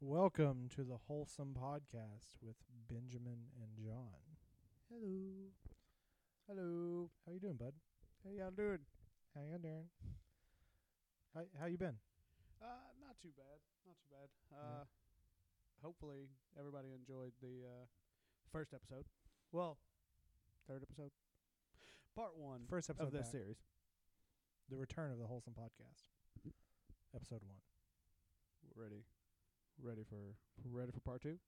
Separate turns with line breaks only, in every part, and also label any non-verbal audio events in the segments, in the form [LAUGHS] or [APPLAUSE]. Welcome to the Wholesome Podcast with Benjamin and John.
Hello. Hello.
How you doing, bud?
How y'all doing?
How you doing? How how you been?
Uh, not too bad. Not too bad. Uh,
Yeah.
hopefully everybody enjoyed the uh, first episode. Well, third episode, part one
First episode
of this
back.
series.
The return of the Wholesome Podcast, episode one.
Ready, ready for ready for part two.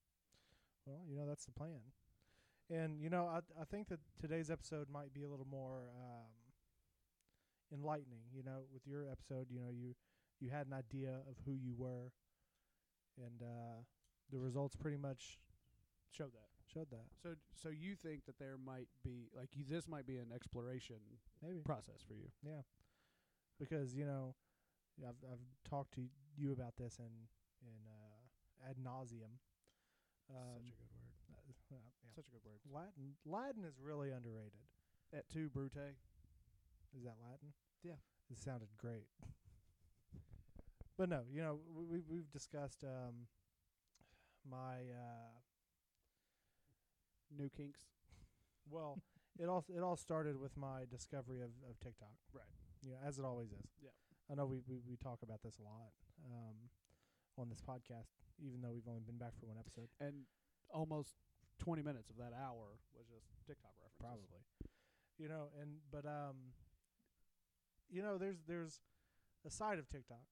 Well, you know that's the plan, and you know I I think that today's episode might be a little more um, enlightening. You know, with your episode, you know you you had an idea of who you were, and uh, the results pretty much
Show that.
showed that.
So, so you think that there might be like you, this might be an exploration
Maybe
process for you?
Yeah, because you know, yeah, I've I've talked to you about this in in uh, ad nauseum. Um, uh,
Such a good word. Um, Such a good word.
Latin Latin is really underrated.
At two, brute.
Is that Latin?
Yeah.
It sounded great. but no, you know, we, we- we've discussed um, my uh,
New kinks.
well. it all it all started with my discovery of, of TikTok.
Right.
You know, as it always is.
Yeah.
I know we we, we talk about this a lot um, on this podcast, even though we've only been back for one episode.
and almost 20 minutes of that hour was just TikTok references.
probably you know and but um you know there's there's a side of tiktok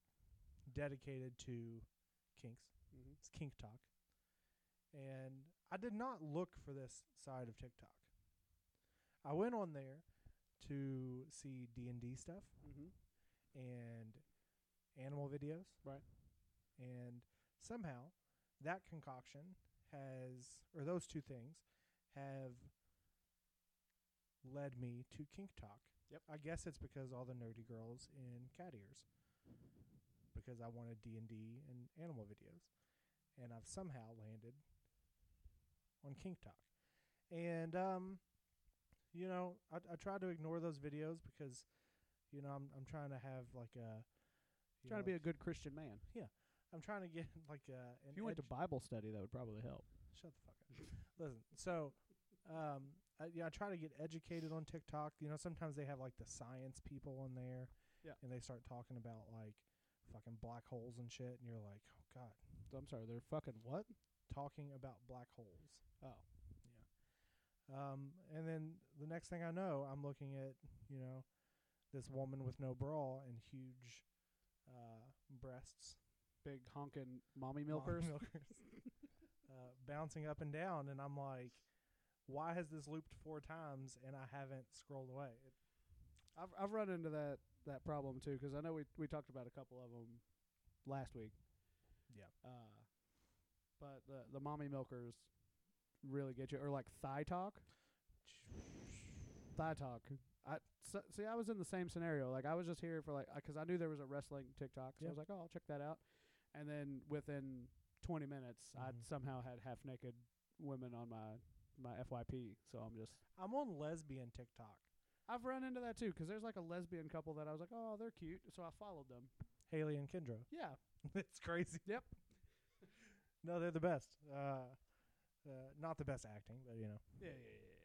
dedicated to kinks
Mhm.
it's kink talk and i did not look for this side of tiktok i went on there to see d&d stuff
Mhm.
and animal videos
Right.
and somehow that concoction has or those two things have led me to kink talk
Yep.
i guess it's because all the nerdy girls in cat ears because i wanted d&d and animal videos and i've somehow landed on kink talk and um you know i, I try to ignore those videos because you know i'm, I'm trying to have like a you
Trying
know,
to be a good Christian man.
I'm trying to get [LAUGHS] like uh an
If you went to
edu-
Bible study, that would probably help.
shut the fuck up. Listen, so um I, yeah, I try to get educated on TikTok. You know, sometimes they have like the science people on there.
Yeah.
And they start talking about like fucking black holes and shit and you're like, "Oh god,
I'm sorry, they're fucking what?
talking about black holes."
Oh,
Yeah. Um and then the next thing I know, I'm looking at, you know, this woman with no bra and huge uh breasts
big honking mommy
Mom
milkers.
[LAUGHS] milkers, uh, bouncing up and down, and I'm like, why has this looped four times and I haven't scrolled away? It, [LAUGHS]
[LAUGHS] I've I've run into that that problem too because I know we we talked about a couple of them last week.
yeah,
Uh, but the the mommy milkers really get you, or like thigh talk. Thigh talk. I so, see. I was in the same scenario. Like I was just here for like because I knew there was a wrestling TikTok, so
Yeah.
I was like, oh, I'll check that out. And then within 20 minutes,
Mhm.
I'd somehow had half naked women on my my FYP. So I'm just
I'm on lesbian TikTok.
I've run into that too because there's like a lesbian couple that I was like, oh, they're cute, so I followed them.
Haley and Kendra. [LAUGHS]
Yeah.
it's crazy.
Yep.
No, they're the best. Uh, uh, not the best acting, but you know,
Yeah, yeah, yeah.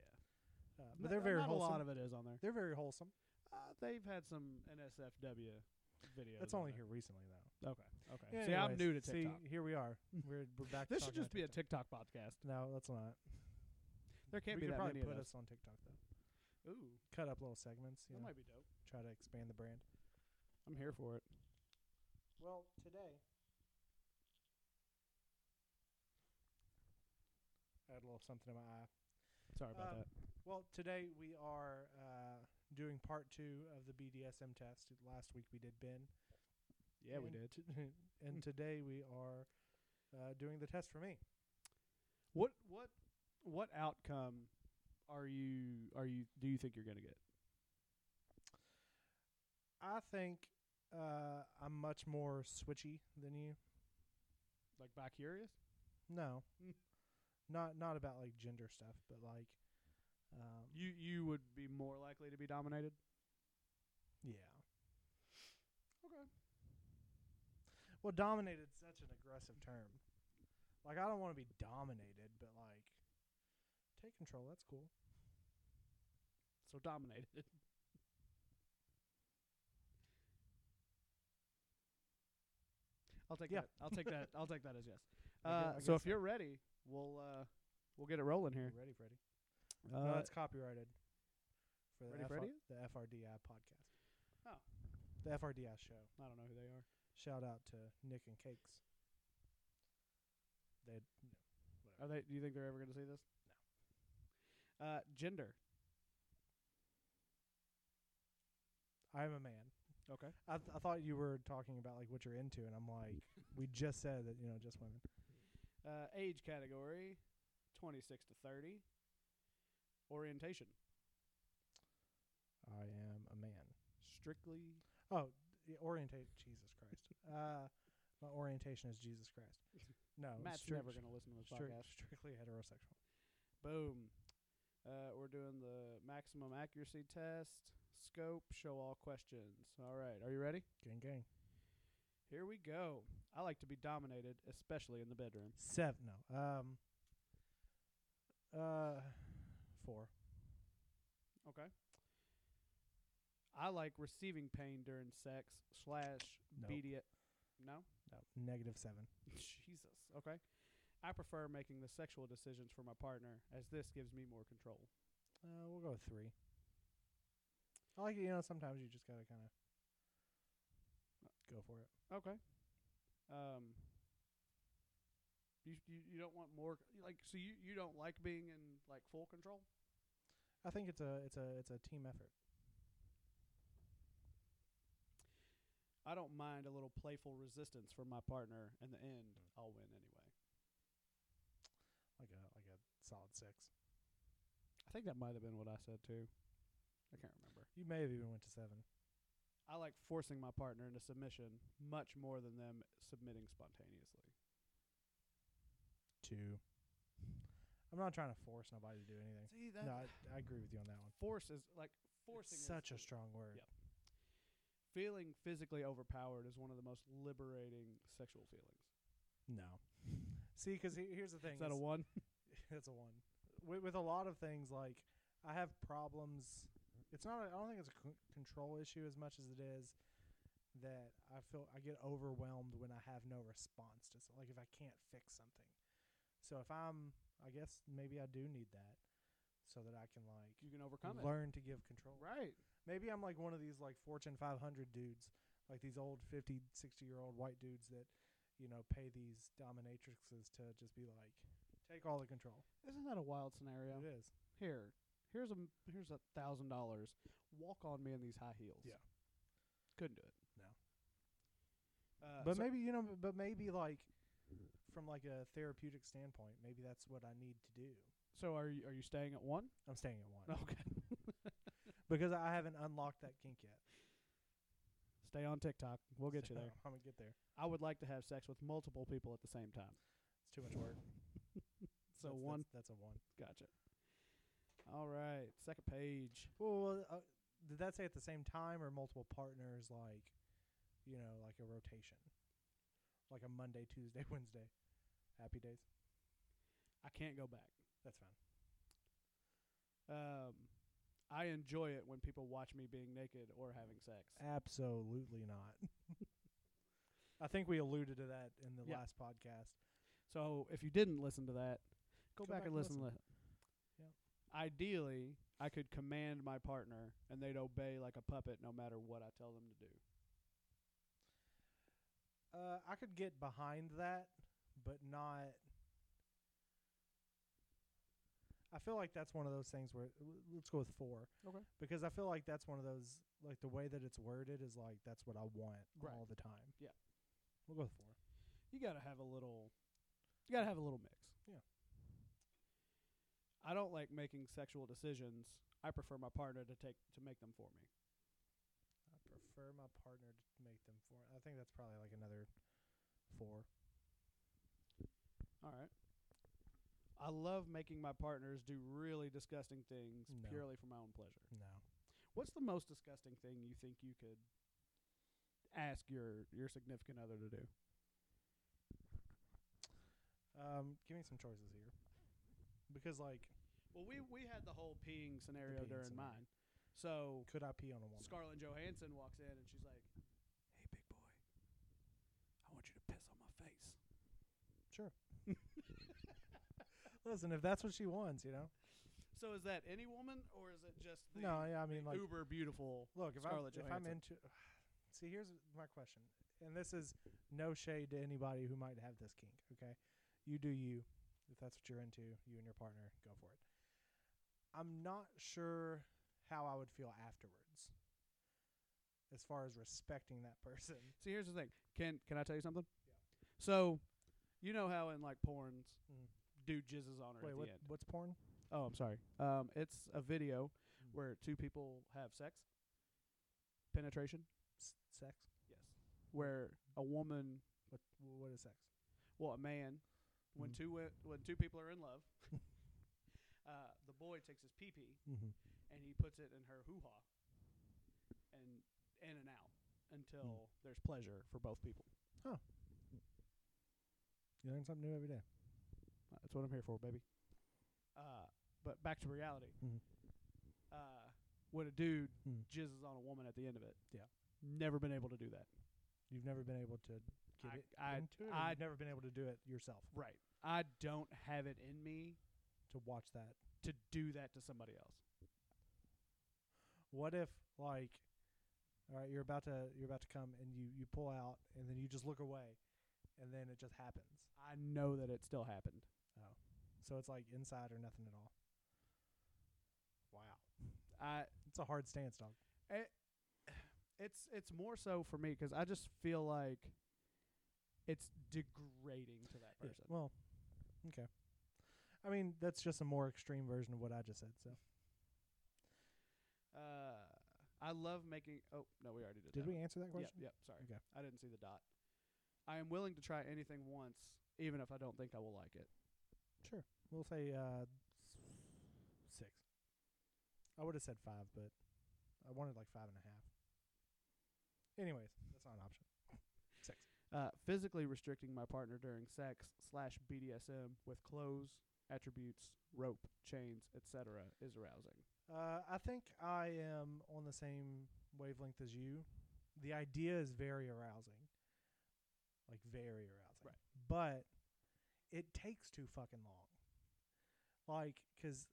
yeah.
uh, but they're
Not-
very
not
wholesome.
a lot of it is on there.
they're very wholesome.
Uh, they've had some NSFW videos.
That's
on
only
there.
here recently, though.
Okay. Okay. see, I'm
Anyways,
new to TikTok.
See, here we
[LAUGHS]
are. We're, we're back. to
this should
talking
just be a
about
TikTok podcast.
No, that's not.
There can't
we
be
could
that
probably
many
put
of
us
us.
on TikTok though.
Ooh,
Cut up little segments. You
that
know?
might be dope.
try to expand the brand.
I'm here for it.
Well, today I had a little something in my eye.
Sorry about
Um,
that.
Well, today we are uh, doing part two of the BDSM test. Last week we did Ben.
Yeah, we
and
did.
t- [LAUGHS] and today we are uh, doing the test for me.
What what what outcome are you are you do you think you're gonna get?
I think uh, I'm much more switchy than you.
Like by curious?
[LAUGHS] No,
Mm.
not not about like gender stuff, but like um,
You you would be more likely to be dominated.
yeah.
Okay.
Well, dominated such an aggressive term. Like I don't want to be dominated, but like take control. That's cool.
So dominated. I'll take
Yeah.
that. I'll take that. I'll take that as [LAUGHS] yes.
I gue-
Uh,
I
so
guess
if you're ready, we'll uh, we'll get it rolling
You
here.
ready, Freddie?
Uh,
no, it's copyrighted for the,
Ready,
FR
Freddie?
the FRDI podcast.
Oh.
the FRDI show.
I don't know who they are.
Shout out to Nick and Cakes. They
Are they? Do you think they're ever going to see this? No. Uh, gender.
I'm a man.
Okay.
I, th- I thought you were talking about like what you're into, and I'm like, we just said that you know just women.
Uh, age category, twenty six to thirty. Orientation,
I am a man.
strictly.
Oh, the orientate. Jesus Christ. Uh, my orientation is Jesus Christ. No,
Matt's
strict-
never going to listen to this
strict-
podcast.
strictly heterosexual.
Boom. Uh, we're doing the maximum accuracy test. Scope, show all questions. All right, are you ready?
Gang, gang.
Here we go. I like to be dominated, especially in the bedroom.
Seven. No. Um. Uh, four.
Okay. I like receiving pain during sex slash
Nope.
BD. No.
No, negative seven.
Jesus. Okay. I prefer making the sexual decisions for my partner, as this gives me more control.
Uh, we'll go with three. I like it. You know, sometimes you just gotta kind of go for it.
Okay. Um. You you, you don't want more c- like so you you don't like being in like full control.
I think it's a it's a it's a team effort.
I don't mind a little playful resistance from my partner. In the end,
Hmm.
I'll win anyway.
Like a like a solid six.
I think that might have been what I said too. I can't remember.
You may have even went to seven.
I like forcing my partner into submission much more than them submitting spontaneously.
Two. I'm not trying to force nobody to do anything.
See
No, I, I agree with you on that
[LAUGHS]
one.
force is like
It's
forcing. is
such a
the-
strong word.
Yep. feeling physically overpowered is one of the most liberating sexual feelings.
No. [LAUGHS] See, 'cause he, here's the thing.
Is that a
is-
one?
[LAUGHS] That's a one. With, with a lot of things, like I have problems. It's not. A, I don't think it's a c- control issue as much as it is that I feel I get overwhelmed when I have no response to something. Like if I can't fix something. So if I'm, I guess maybe I do need that, so that I can like
[LAUGHS] You can overcome it.
learn to give control.
Right.
Maybe I'm like one of these like Fortune 500 dudes, like these old 50, 60 year old white dudes that, you know, pay these dominatrixes to just be like, take all the control.
Isn't that a wild scenario?
It is.
Here, here's a m- here's a thousand dollars. Walk on me in these high heels.
Yeah.
Couldn't do it.
No.
Uh,
but
so-
maybe you know, b- but maybe like from like a therapeutic standpoint, maybe that's what I need to do.
so are you are you staying at one? [LAUGHS]
I'm staying at one
Okay.
because I haven't unlocked that kink yet.
Stay on TikTok. We'll get you
So
there.
[LAUGHS] I'm gonna get there.
I would like to have sex with multiple people at the same time.
It's too much work.
[LAUGHS] So
That's-
one,
That's, that's a one.
gotcha. All right, second page.
Well, uh, did that say at the same time or multiple partners? Like, you know, like a rotation, like a Monday, Tuesday, [LAUGHS] Wednesday, happy days.
I can't go back.
That's fine.
Um, I enjoy it when people watch me being naked or having sex.
Absolutely not. [LAUGHS] I think we alluded to that in the
Yeah.
last podcast.
So if you didn't listen to that, go, back, and listen, to that.
Yeah.
Ideally, I could command my partner and they'd obey like a puppet no matter what I tell them to do.
Uh, I could get behind that, but not. I feel like that's one of those things where l- let's go with four.
Okay.
Because I feel like that's one of those like the way that it's worded is like that's what I want
Right.
all the time.
Yeah.
We'll go with four.
You got to have a little you got to have a little mix.
Yeah.
I don't like making sexual decisions. I prefer my partner to take to make them for me.
I prefer my partner to make them four. I think that's probably like another four.
All right. I love making my partners do really disgusting things
No.
purely for my own pleasure.
No.
What's the most disgusting thing you think you could ask your your significant other to do?
Uh, Um, give me some choices here, because like,
Well, we we had the whole peeing scenario
peeing
during
scenario.
mine. So
could I pee on a woman?
Scarlett Johansson walks in and she's like, "Hey, big boy, I want you to piss on my face."
Sure. [LAUGHS] Listen, if that's what she wants, you know.
So is that any woman or is it just the
No, yeah, I mean, like,
uber beautiful?
look, if
Scarlett
I'm if I'm
Johansson.
into, [SIGHS] see, here's my question, and this is no shade to anybody who might have this kink. Okay, you do you. If that's what you're into, you and your partner, go for it. I'm not sure how I would feel afterwards, as far as respecting that person.
See, here's the thing. Can can I tell you something? So, you know how in like porns,
Mhm.
dude jizzes on her
Wait,
at
what,
the end.
what's porn?
Oh, I'm sorry. Um, it's a video
Mm.
where two people have sex, penetration.
S- sex?
Yes. Where a woman,
What? What is sex?
well, a man, when
Mhm.
two wo- when two people are in love, uh, the boy takes his pee pee
Mm-hmm.
and he puts it in her hoo ha, and in and out until there's pleasure for both people.
You learn something new every day.
That's what I'm here for, baby. Uh, but back to reality.
Mhm.
Uh, when a dude
Mhm.
jizzes on a woman at the end of it,
Yeah.
never been able to do that.
You've never been able to get
I-
it
I-
into it. or
I-
you've never been able to do it yourself
Right. I don't have it in me
to watch that.
to do that to somebody else.
What if like, all right, you're about to you're about to come and you you pull out and then you just look away, and then it just happens.
I know that it still happened.
So it's like inside or nothing at all. Wow,
I
it's a hard stance, dog.
it, it's it's more so for me 'cause I just feel like it's degrading to that person.
Well, okay. I mean, that's just a more extreme version of what I just said. So
Uh, I love making. Oh no, we already did.
did
that
we answer that
Yep,
question?
yep. Sorry,
Okay.
I didn't see the dot. I am willing to try anything once, even if I don't think I will like it.
Sure. We'll say uh, six. I would have said five, but I wanted like five and a half. Anyways, that's not an option. [LAUGHS]
Uh, physically restricting my partner during sex slash BDSM with clothes, attributes, rope, chains, etc. is arousing.
Uh, I think I am on the same wavelength as you. The idea is very arousing, like very arousing.
Right.
But it takes too fucking long. Like, 'cause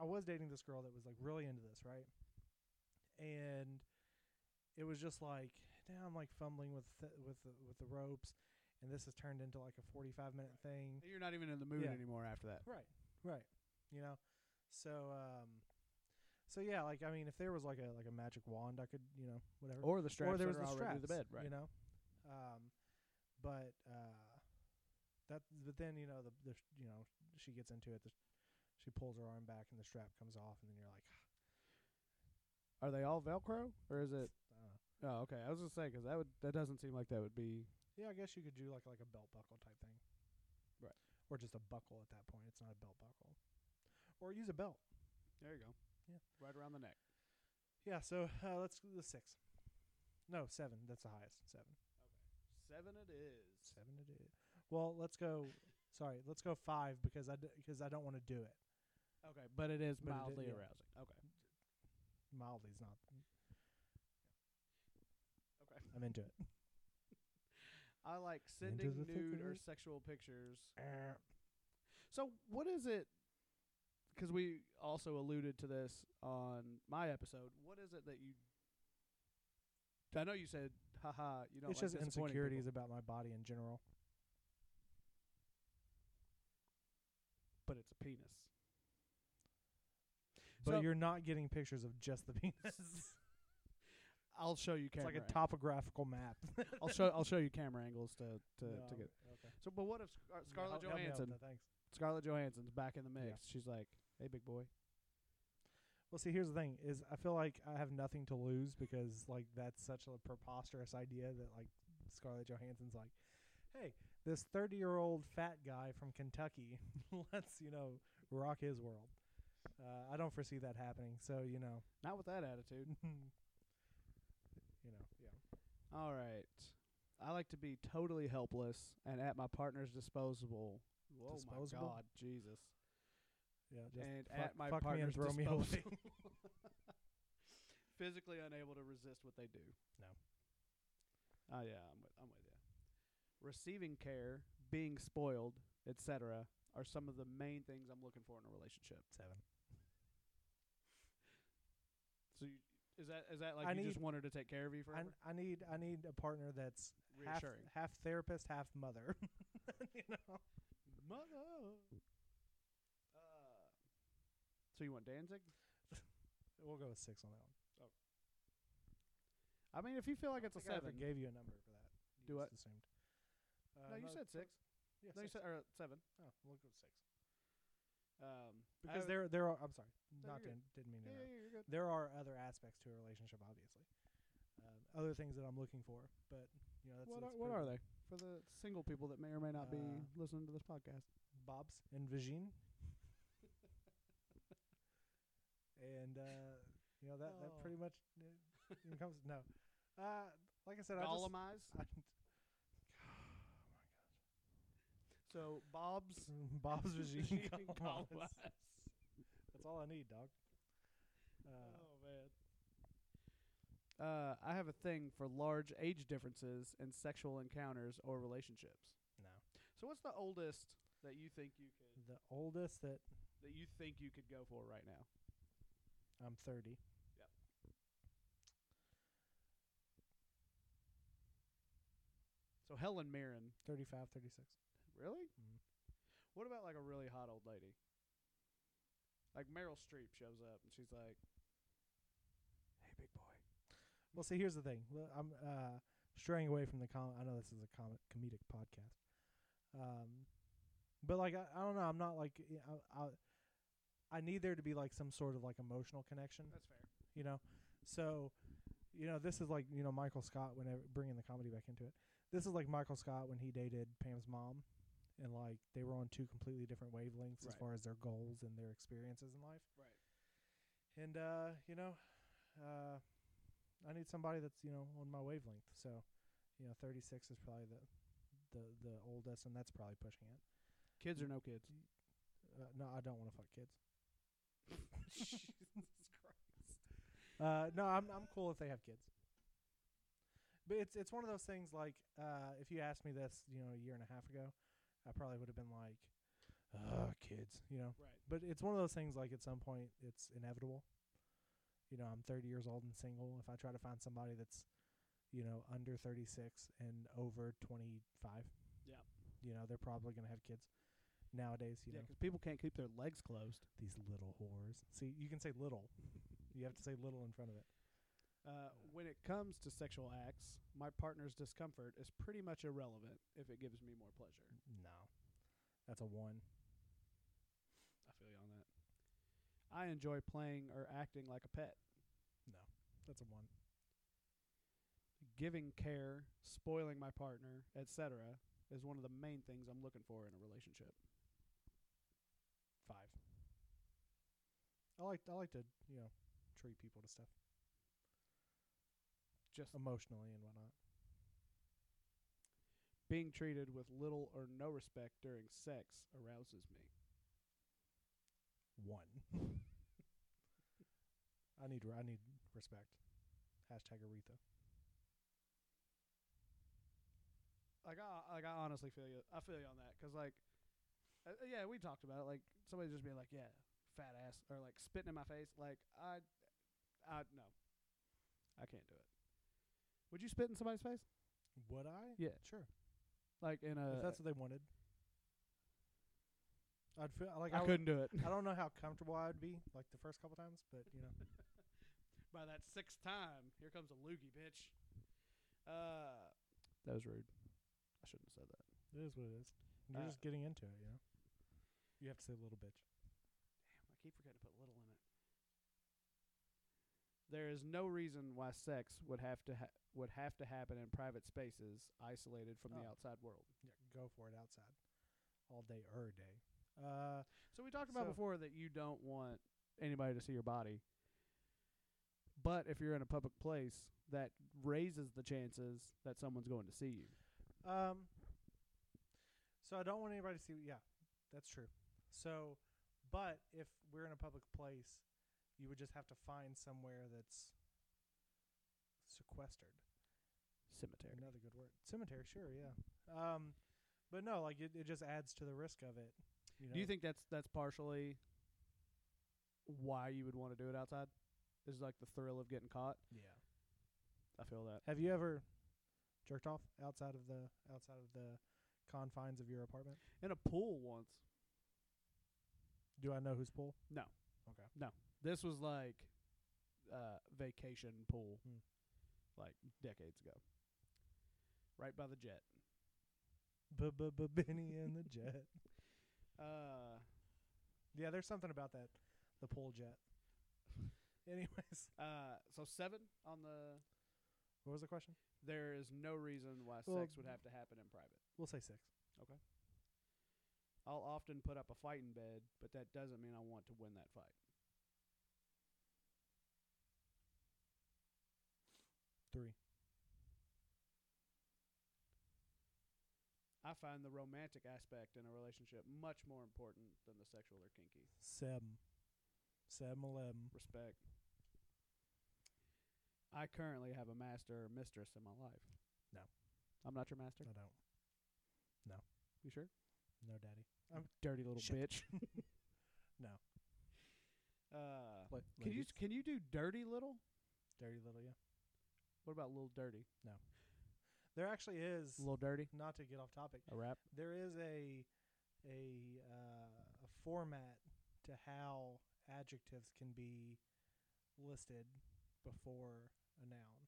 I was dating this girl that was like really into this, right? And it was just like now I'm like fumbling with th- with the, with the ropes, and this has turned into like a 45 minute thing.
You're not even in the mood
Yeah.
anymore after that.
Right. Right. You know. So um so yeah, like I mean if there was like a like a magic wand I could, you know, whatever.
Or the straps
there was
that are
the
already to the bed,
straps,
right?
You know. Um but uh that but then you know the, the sh- you know she gets into it the, she pulls her arm back and the strap comes off and then you're like
Are they all Velcro or
[SIGHS]
is it?
I dunno.
Oh, okay. I was just saying 'cause that would that doesn't seem like that would be
yeah, I guess you could do like like a belt buckle type thing.
Right.
Or just a buckle at that point. It's not a belt buckle. Or use a belt.
There you go.
Yeah.
Right around the neck.
Yeah, so uh, let's go the 6. No, 7. That's the highest. 7.
Seven it is.
Seven to do. Well, let's go. Sorry, let's go five because I because I don't want to do it.
Okay, but it is
But it is-
mildly
yeah.
arousing. Okay.
Mildly's not.
Okay.
I'm into it.
I like
Into
sending
the thick
nude
of
or
it.
sexual pictures. So what is it? Because we also alluded to this on my episode. What is it that you? I know you said, haha, you don't
it's
like
just
disappointing
insecurities
people,"
about my body in general.
but it's a penis.
But
So-
you're not getting pictures of just the penis. it's
I'll show you camera.
like a topographical [LAUGHS] map.
ang- [LAUGHS] I'll show I'll show you camera angles to to,
No,
to
I'm-
get.
okay.
So, but what if Scar- Scarlett
Help- help me out with
Johansson?
that, Thanks.
Scarlett Johansson's back in the mix.
Yeah.
She's like, "Hey, big boy."
Well, see, here's the thing: is I feel like I have nothing to lose because like that's such a preposterous idea that like Scarlett Johansson's like, hey, this 30 year old fat guy from Kentucky, [LAUGHS] let's you know rock his world. Uh, I don't foresee that happening, so you know, [LAUGHS]
Not with that attitude.
you know, yeah.
All right. I like to be totally helpless and at my partner's disposable. Oh
Disposable?
my God, Jesus!
Yeah, just
and
fuck,
at my
fuck me and
partner's
throw me
disposal,
[LAUGHS] away.
[LAUGHS] physically unable to resist what they do.
No.
Oh yeah, I'm with, I'm with you. Receiving care, being spoiled, etc., are some of the main things I'm looking for in a relationship.
Seven.
So, you, is that is that like
I
you just
need-
want her to take care of you forever?
I, I need I need a partner that's half,
Reassuring.
half therapist, half mother. [LAUGHS] you know,
Mother. Uh, so you want Danzig?
we'll go with six on that one.
I mean, if you feel like it's a
I think I
seven,
ever gave you a number for that. You
Do
just assumed. Uh,
no, you said six.
Yeah,
No, you
six.
said Uh, or seven.
Oh, we'll go six.
Um, I
Because
would-
there, there are. I'm sorry,
No,
not
you're
to, didn't mean to. interrupt.
Yeah, yeah, you're good.
There are other aspects to a relationship, obviously. Um, other things that I'm looking for, but you know, that's,
what
that's
are, what
pretty
are they for the single people that may or may not be
Uh,
listening to this podcast?
Bob's and
[LAUGHS]
Vagine. and uh, you know that that
Oh.
pretty much uh, encompasses no. Uh, like I said, I [SIGHS] oh
Gollumized.
just
So Bob's
[LAUGHS]
[LAUGHS]
Bob's Vagine
Gollumized.
Gollum. That's all I need, dog. Uh,
oh man. Uh, I have a thing for large age differences in sexual encounters or relationships.
no,
So what's the oldest that you think you could
the oldest that
that you think you could go for right now?
I'm 30.
Yep. So Helen Mirren,
35, 36.
really?
Mhm.
Mm-hmm. What about like a really hot old lady? Like Meryl Streep shows up and she's like, "Hey, big boy."
Well, see, here's the thing. Well, I'm uh, straying away from the com. I know this is a com- comedic podcast, um, but like I, I don't know. I'm not like y- I, I. I need there to be like some sort of like emotional connection,
That's fair.
you know. So, you know, this is like you know Michael Scott whenever bringing the comedy back into it. This is like Michael Scott when he dated Pam's mom, and like they were on two completely different wavelengths as
Right.
far as their goals and their experiences in life
Right.
and uh, you know, uh, I need somebody that's you know on my wavelength. So, you know, 36 is probably the the the oldest, and that's probably pushing it.
Kids or no kids?
Uh, no, I don't want to fuck kids.
[LAUGHS]
[LAUGHS]
Jesus Christ.
Uh, no, I'm I'm cool if they have kids. But it's it's one of those things like uh, if you asked me this, you know, a year and a half ago, I probably would have been like, "Ugh, kids," you know.
Right.
But it's one of those things like at some point it's inevitable. You know, I'm 30 years old and single. If I try to find somebody that's, you know, under 36 and over 25,
Yeah.
you know, they're probably going to have kids nowadays, you
Yeah,
know.
'cause people can't keep their legs closed.
These little whores. See, you can say little.
[LAUGHS]
you have to say little in front of it.
Uh, when it comes to sexual acts, my partner's discomfort is pretty much irrelevant if it gives me more pleasure.
No. That's a one.
I feel you on that. I enjoy playing or acting like a pet,
That's a one.
giving care, spoiling my partner, etc. is one of the main things I'm looking for in a relationship.
Five. I like I like to, you know, treat people to stuff
Just
emotionally and whatnot.
being treated with little or no respect during sex arouses me.
one. [LAUGHS] I need re- I need respect. Hashtag Aretha.
like I like I honestly feel you. I feel you on that. 'Cause like, uh, yeah, we talked about it. Like somebody just being like, yeah, fat ass, or like spitting in my face. Like I, I no, I can't do it. Would you spit in somebody's face?
Would I?
Yeah. Uh,
sure.
Like in a,
if that's what they wanted, I'd feel like I,
I,
would-
couldn't do it. [LAUGHS]
I don't know how comfortable I'd be like the first couple times, but you know,
By that sixth time, here comes a loogie, bitch. Uh, that was rude. I shouldn't have said that.
it is what it is. You're
Uh,
just getting into it, you know. You have to say little bitch.
Damn, I keep forgetting to put little in it. There is no reason why sex would have to ha- would have to happen in private spaces, isolated from the
Oh.
outside world.
Yeah, go for it outside, all day or day. Uh,
So we talked about
So-
before that you don't want anybody to see your body, But if you're in a public place, that raises the chances that someone's going to see you.
Um. So I don't want anybody to see. Yeah, that's true. So, but if we're in a public place, you would just have to find somewhere that's sequestered.
Cemetery.
Another good word. Cemetery. Sure. Yeah. Um, but no, like it, it just adds to the risk of it. You know?
Do you think that's that's partially why you would want to do it outside? Is like the thrill of getting caught.
Yeah.
I feel that.
Have you ever jerked off outside of the outside of the confines of your apartment?
In a pool once.
Do I know whose pool?
This was like uh vacation pool
Hmm.
like decades ago. Right by the jet.
B-b-b-Benny and the Jet.
Uh
Yeah, there's something about that, the pool jet. [LAUGHS] Anyways,
uh so 7 on the
what was the question?
there is no reason why
Well,
sex would have to happen in private.
We'll say six.
I'll often put up a fight in bed, but that doesn't mean I want to win that fight.
Three.
I find the romantic aspect in a relationship much more important than the sexual or kinky.
Seven. Seven eleven.
Respect. I currently have a master or mistress in my life.
No.
I'm not your master.
I don't.
You sure?
No, Daddy.
I'm dirty little
Shit.
[LAUGHS] bitch.
No.
Uh,
What?
can you can you do dirty little?
Dirty little, yeah.
What about little dirty?
There actually is,
Little dirty.
not to get off topic,
A rap.
there is a a uh, a format to how adjectives can be listed before a noun.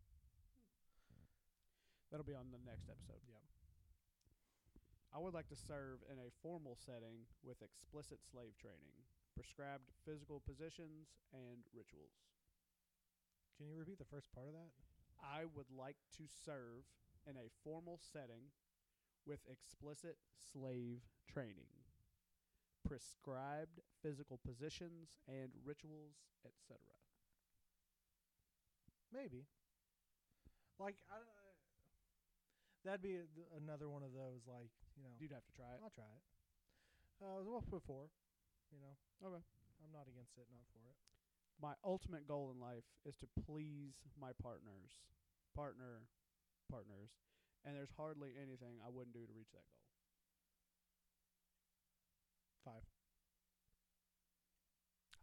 That'll be on the next episode.
Yep.
I would like to serve in a formal setting with explicit slave training, prescribed physical positions, and rituals.
Can you repeat the first part of that?
I would like to serve in a formal setting with explicit slave training, prescribed physical positions and rituals, etc.
Oh. Maybe. Like I don't that'd be a, th- another one of those like, you know,
You'd have to try it.
I'll try it. Uh, it was well put four, you know.
Okay.
I'm not against it, not for it.
My ultimate goal in life is to please my partners, partner, partners, and there's hardly anything I wouldn't do to reach that goal.
Five.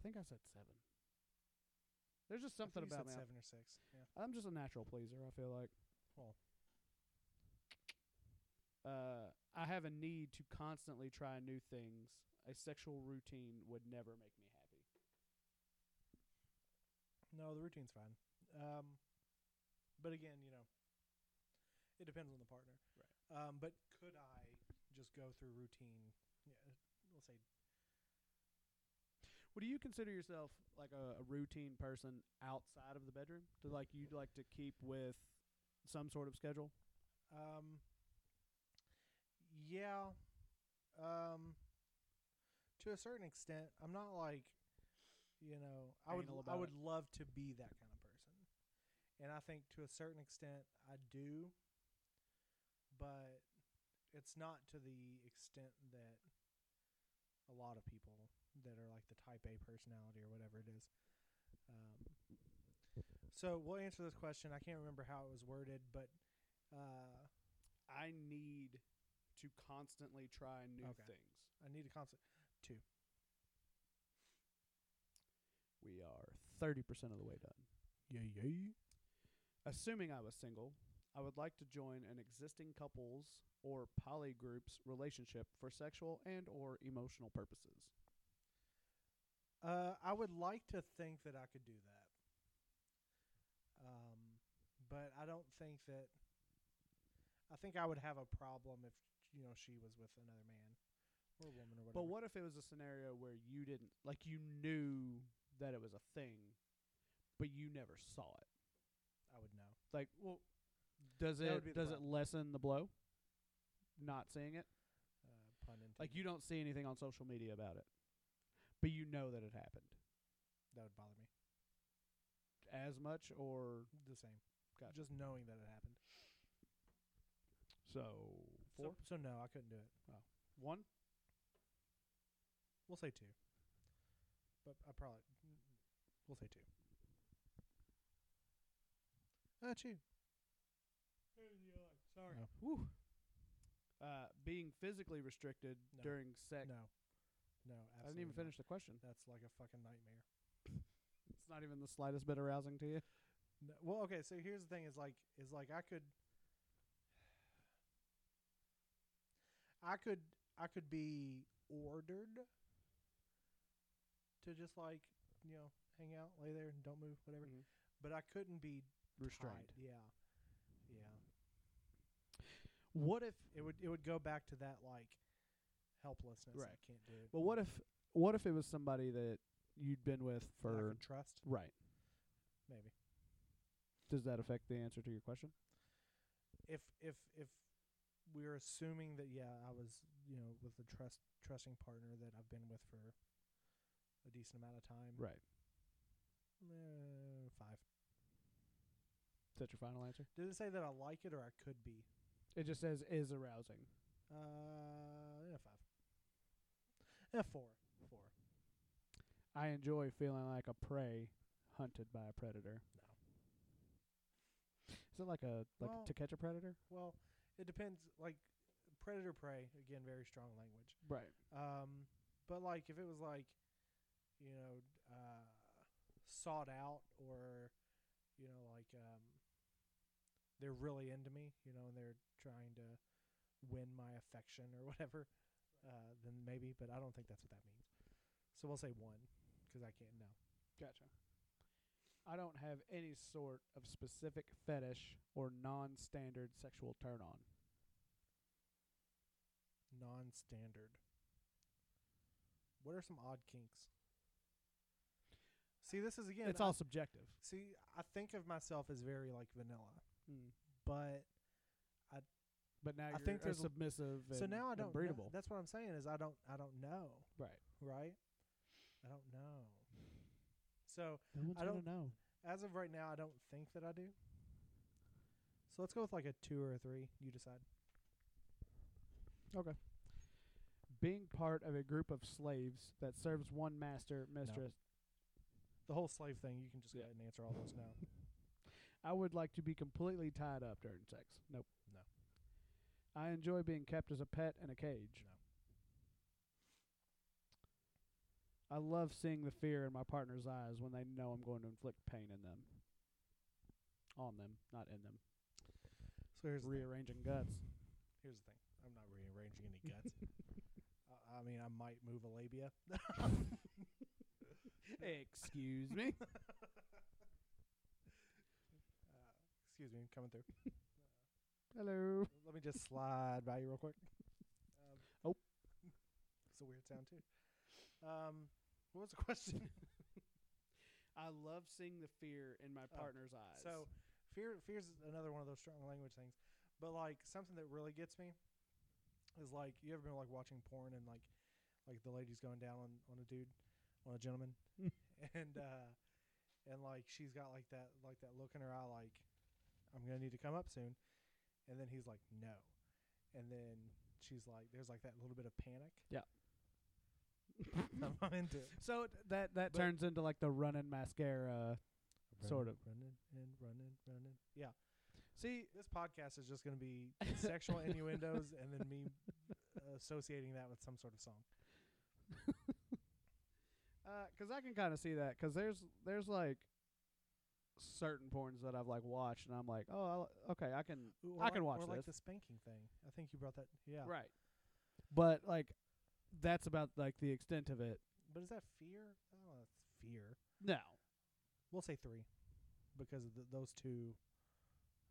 I think I said seven. There's just
I
something
think you
about me.
said
I-
seven or six. Yeah.
I'm just a natural pleaser. I feel like.
Well.
Uh, I have a need to constantly try new things. A sexual routine would never make me happy.
No, the routine's fine. Um, but again, you know, it depends on the partner.
Right.
Um, but could I just go through routine? Yeah, we'll say
Would you consider yourself like a, a routine person outside of the bedroom? Do like you like to keep with some sort of schedule?
Um, yeah. Um, to a certain extent, I'm not like, you know, I would
Anal
I
about
would
it.
love to be that kind of person, and I think to a certain extent I do. But it's not to the extent that a lot of people that are like the type A personality or whatever it is. Um, so we'll answer this question. I can't remember how it was worded, but uh,
I need to constantly try new
Okay.
things.
I need a constant.
We are thirty percent of the way done.
Yeah, yeah.
Assuming I was single, I would like to join an existing couples or poly groups relationship for sexual and or emotional purposes.
Uh, I would like to think that I could do that. Um, but I don't think that. I think I would have a problem if you know she was with another man or woman or whatever.
But what if it was a scenario where you didn't like you knew that it was a thing, but you never saw it?
I would know.
Like, well, does
That would be
it
the
does it
problem.
lessen the blow? Not seeing it,
Uh, pun intended.
like you don't see anything on social media about it, but you know that it happened.
that would bother me.
as much or
The same.
Gotcha.
Just knowing that it happened.
so
So-
four
So, no, I couldn't do it.
one
We'll say two. But I probably we'll say two. Ah, two.
sorry
No.
uh, being physically restricted
No.
during sex
No. No,
I didn't even
absolutely not.
finish the question
That's like a fucking nightmare.
it's not even the slightest bit arousing to you
No, well, okay. So here's the thing: is like is like I could, I could, I could be ordered to just like you know hang out, lay there, and don't move, whatever.
Mhm.
But I couldn't be
restrained
tied. Yeah, yeah.
what if
It would it would go back to that like helplessness. I
Right.
can't do it.
well what if what if it was somebody that you'd been with
That I
for
could trust?
right
Maybe
does that affect the answer to your question
if if if we're assuming that yeah, I was you know with a trust trusting partner that I've been with for a decent amount of time.
right
Uh, five.
is that your final answer
Did it say that I like it or I could be?
it just says is arousing
Uh, yeah, five. Yeah, four. Four.
I enjoy feeling like a prey hunted by a predator. Is it like a like
Well-
to catch a predator?
Well, it depends. Like predator prey again, very strong language.
Right.
Um, but like if it was like, you know, uh, sought out or, you know, like um, they're really into me, you know, and they're trying to win my affection or [LAUGHS] whatever, uh, then maybe. But I don't think that's what that means. So we'll say one, because I can't know.
Gotcha. I don't have any sort of specific fetish or non-standard sexual turn on.
Non-standard. What are some odd kinks? See, this is again.
it's
I-
all subjective.
See, I think of myself as very like vanilla. but
But now
Hmm. I
you're
think
a
there's a-
submissive.
so
and-
now I
and
don't. Know,
breedable.
that's what I'm saying is I don't. I don't know.
right.
Right. I don't know. So
No one's
I
gonna
don't-
know.
as of right now, I don't think that I do. So let's go with like a two or a three. You decide.
Being part of a group of slaves that serves one master mistress.
The whole slave thing. You can just
Yeah.
go ahead and answer all those
[LAUGHS]
now.
I would like to be completely tied up during sex. Nope.
No.
I enjoy being kept as a pet in a cage. No. I love seeing the fear in my partner's eyes when they know I'm going to inflict pain in them. On them, not in them.
So here's the thing.
Rearranging [LAUGHS] guts.
here's the thing. I'm not rearranging any
[LAUGHS]
guts. I, I mean, I might move a labia.
Excuse [LAUGHS] me.
Uh, excuse me, I'm coming through.
Hello.
Let me just slide by you real quick. Um,
Oh.
[LAUGHS] it's a weird sound too. Um, what was the [LAUGHS] question?
I love seeing the fear in my
Oh,
partner's eyes. [LAUGHS]
so, fear fear's another one of those strong language things, but like something that really gets me is like you ever been like watching porn and like like the lady's going down on on a dude on a
[LAUGHS]
gentleman and uh and like she's got like that like that look in her eye like I'm gonna need to come up soon, and then he's like no, and then she's like there's like that little bit of panic. [LAUGHS]
Yeah.
I'm not into it.
so t- that that
But-
turns into like the running mascara. Sort of.
running and running, running. Yeah.
See,
This podcast is just going to be sexual
[LAUGHS]
innuendos and then me uh, associating that with some sort of song.
because Uh, I can kind of see that. Because there's there's like certain porns that I've like watched, and I'm like, oh, I li- okay, I can
Ooh,
I can watch
or like
this.
the spanking thing. I think you brought that. Yeah.
right. But like, that's about like the extent of it.
But is that fear? I don't know. It's fear.
No,
We'll say three because of th those two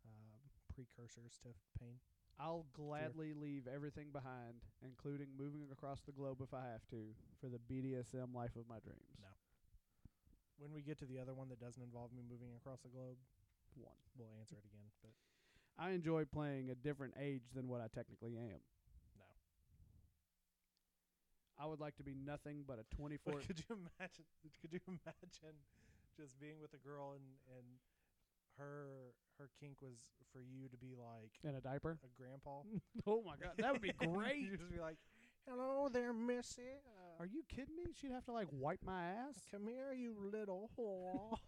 uh, precursors to pain.
I'll gladly leave everything behind, including moving across the globe if I have to, for the BDSM life of my dreams.
No. When we get to the other one that doesn't involve me moving across the globe,
One.
we'll answer it again. But
I enjoy playing a different age than what I technically am.
No.
I would like to be nothing but a 24 [LAUGHS]
But could you imagine? Could you imagine just being with a girl and and her her kink was for you to be like
in a diaper.
a
[LAUGHS]
grandpa.
Oh my god, that would [LAUGHS] be
you
great.
just be like, "Hello there, Missy. Uh,
Are you kidding me? She'd have to like wipe my ass.
come here, you little
[LAUGHS]
whore."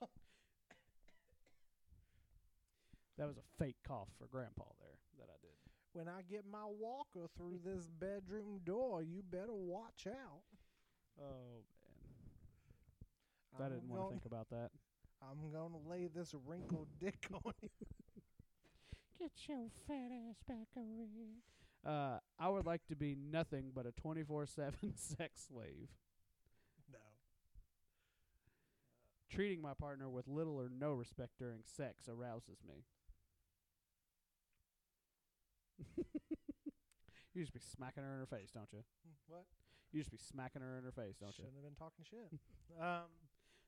That was a fake cough for Grandpa there that I did.
when I get my walker through this bedroom door, you better watch out.
Oh man, I didn't want to think about that.
I'm gonna lay this wrinkled dick [LAUGHS] on you.
Get your fat ass back over here. Uh, I would like to be nothing but a twenty four seven [LAUGHS] sex slave,
No.
treating my partner with little or no respect during sex arouses me. [LAUGHS] you just be smacking her in her face, don't you?
Hmm, What?
You just be smacking her in her face, don't you?
Shouldn't have been talking shit. um,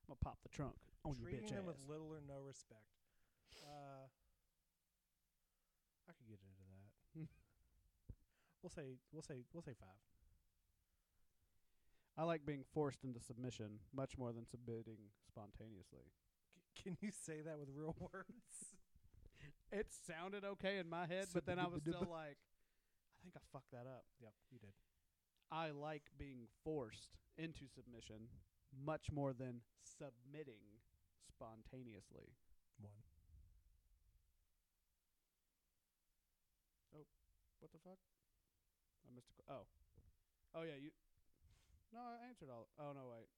I'm gonna pop the trunk on your
treating
bitch
them
ass.
with little or no respect. Uh, I could get into that. [LAUGHS] we'll say we'll say we'll say five.
I like being forced into submission much more than submitting spontaneously.
C- can you say that with real [LAUGHS] words?
It sounded okay in my head, but then I was still
Subdubaduba.
like, I think I fucked that up.
yep, you did.
I like being forced into submission much more than submitting spontaneously.
One.
What the fuck? I missed a. qu- Oh. Oh, yeah, you. No, I answered all. Oh, no, wait.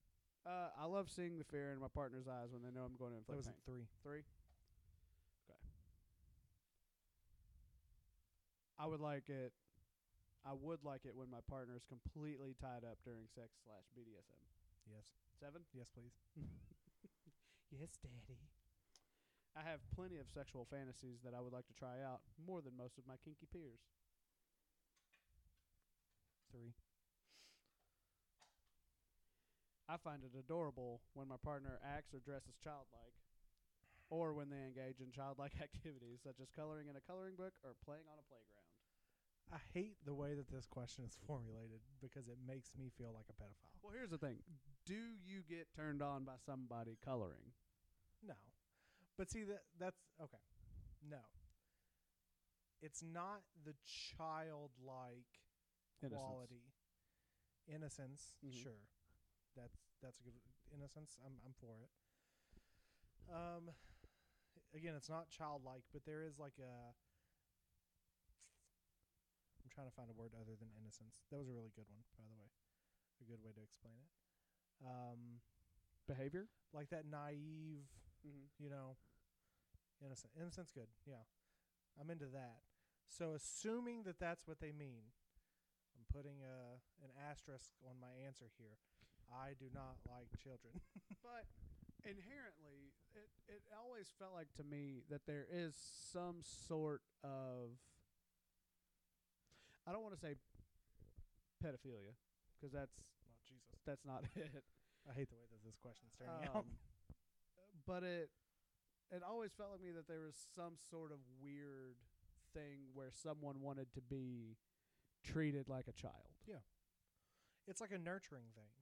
Uh, I love seeing the fear in my partner's eyes when they know I'm going to
That was
inflict pain.
at three.
Three. Okay. I would like it. I would like it when my partner is completely tied up during sex slash BDSM.
Yes.
Seven.
Yes, please.
[LAUGHS] Yes, Daddy. I have plenty of sexual fantasies that I would like to try out more than most of my kinky peers.
Three.
I find it adorable when my partner acts or dresses childlike, or when they engage in childlike [LAUGHS] activities such as coloring in a coloring book or playing on a playground.
I hate the way that this question is formulated because it makes me feel like a pedophile.
Well, here's the thing: Do you get turned on by somebody coloring?
No. But see that that's okay. No. It's not the childlike
Innocence.
quality. Innocence,
Mhm.
sure. That's that's a good innocence. I'm I'm for it. Um again, it's not childlike, but there is like a I'm trying to find a word other than innocence. That was a really good one, by the way. A good way to explain it. Um
Behavior.
like that naive
Mm-hmm.
you know, innocent. Innocent's good. Yeah, I'm into that. So assuming that that's what they mean, I'm putting a an asterisk on my answer here. I do not like children. [LAUGHS]
But inherently, it it always felt like to me that there is some sort of I don't want to say pedophilia because that's
oh Jesus!
that's not [LAUGHS] it.
I hate the way that this question's turning out.
Um, but it it always felt like me that there was some sort of weird thing where someone wanted to be treated like a child.
[LAUGHS] It's like a nurturing thing.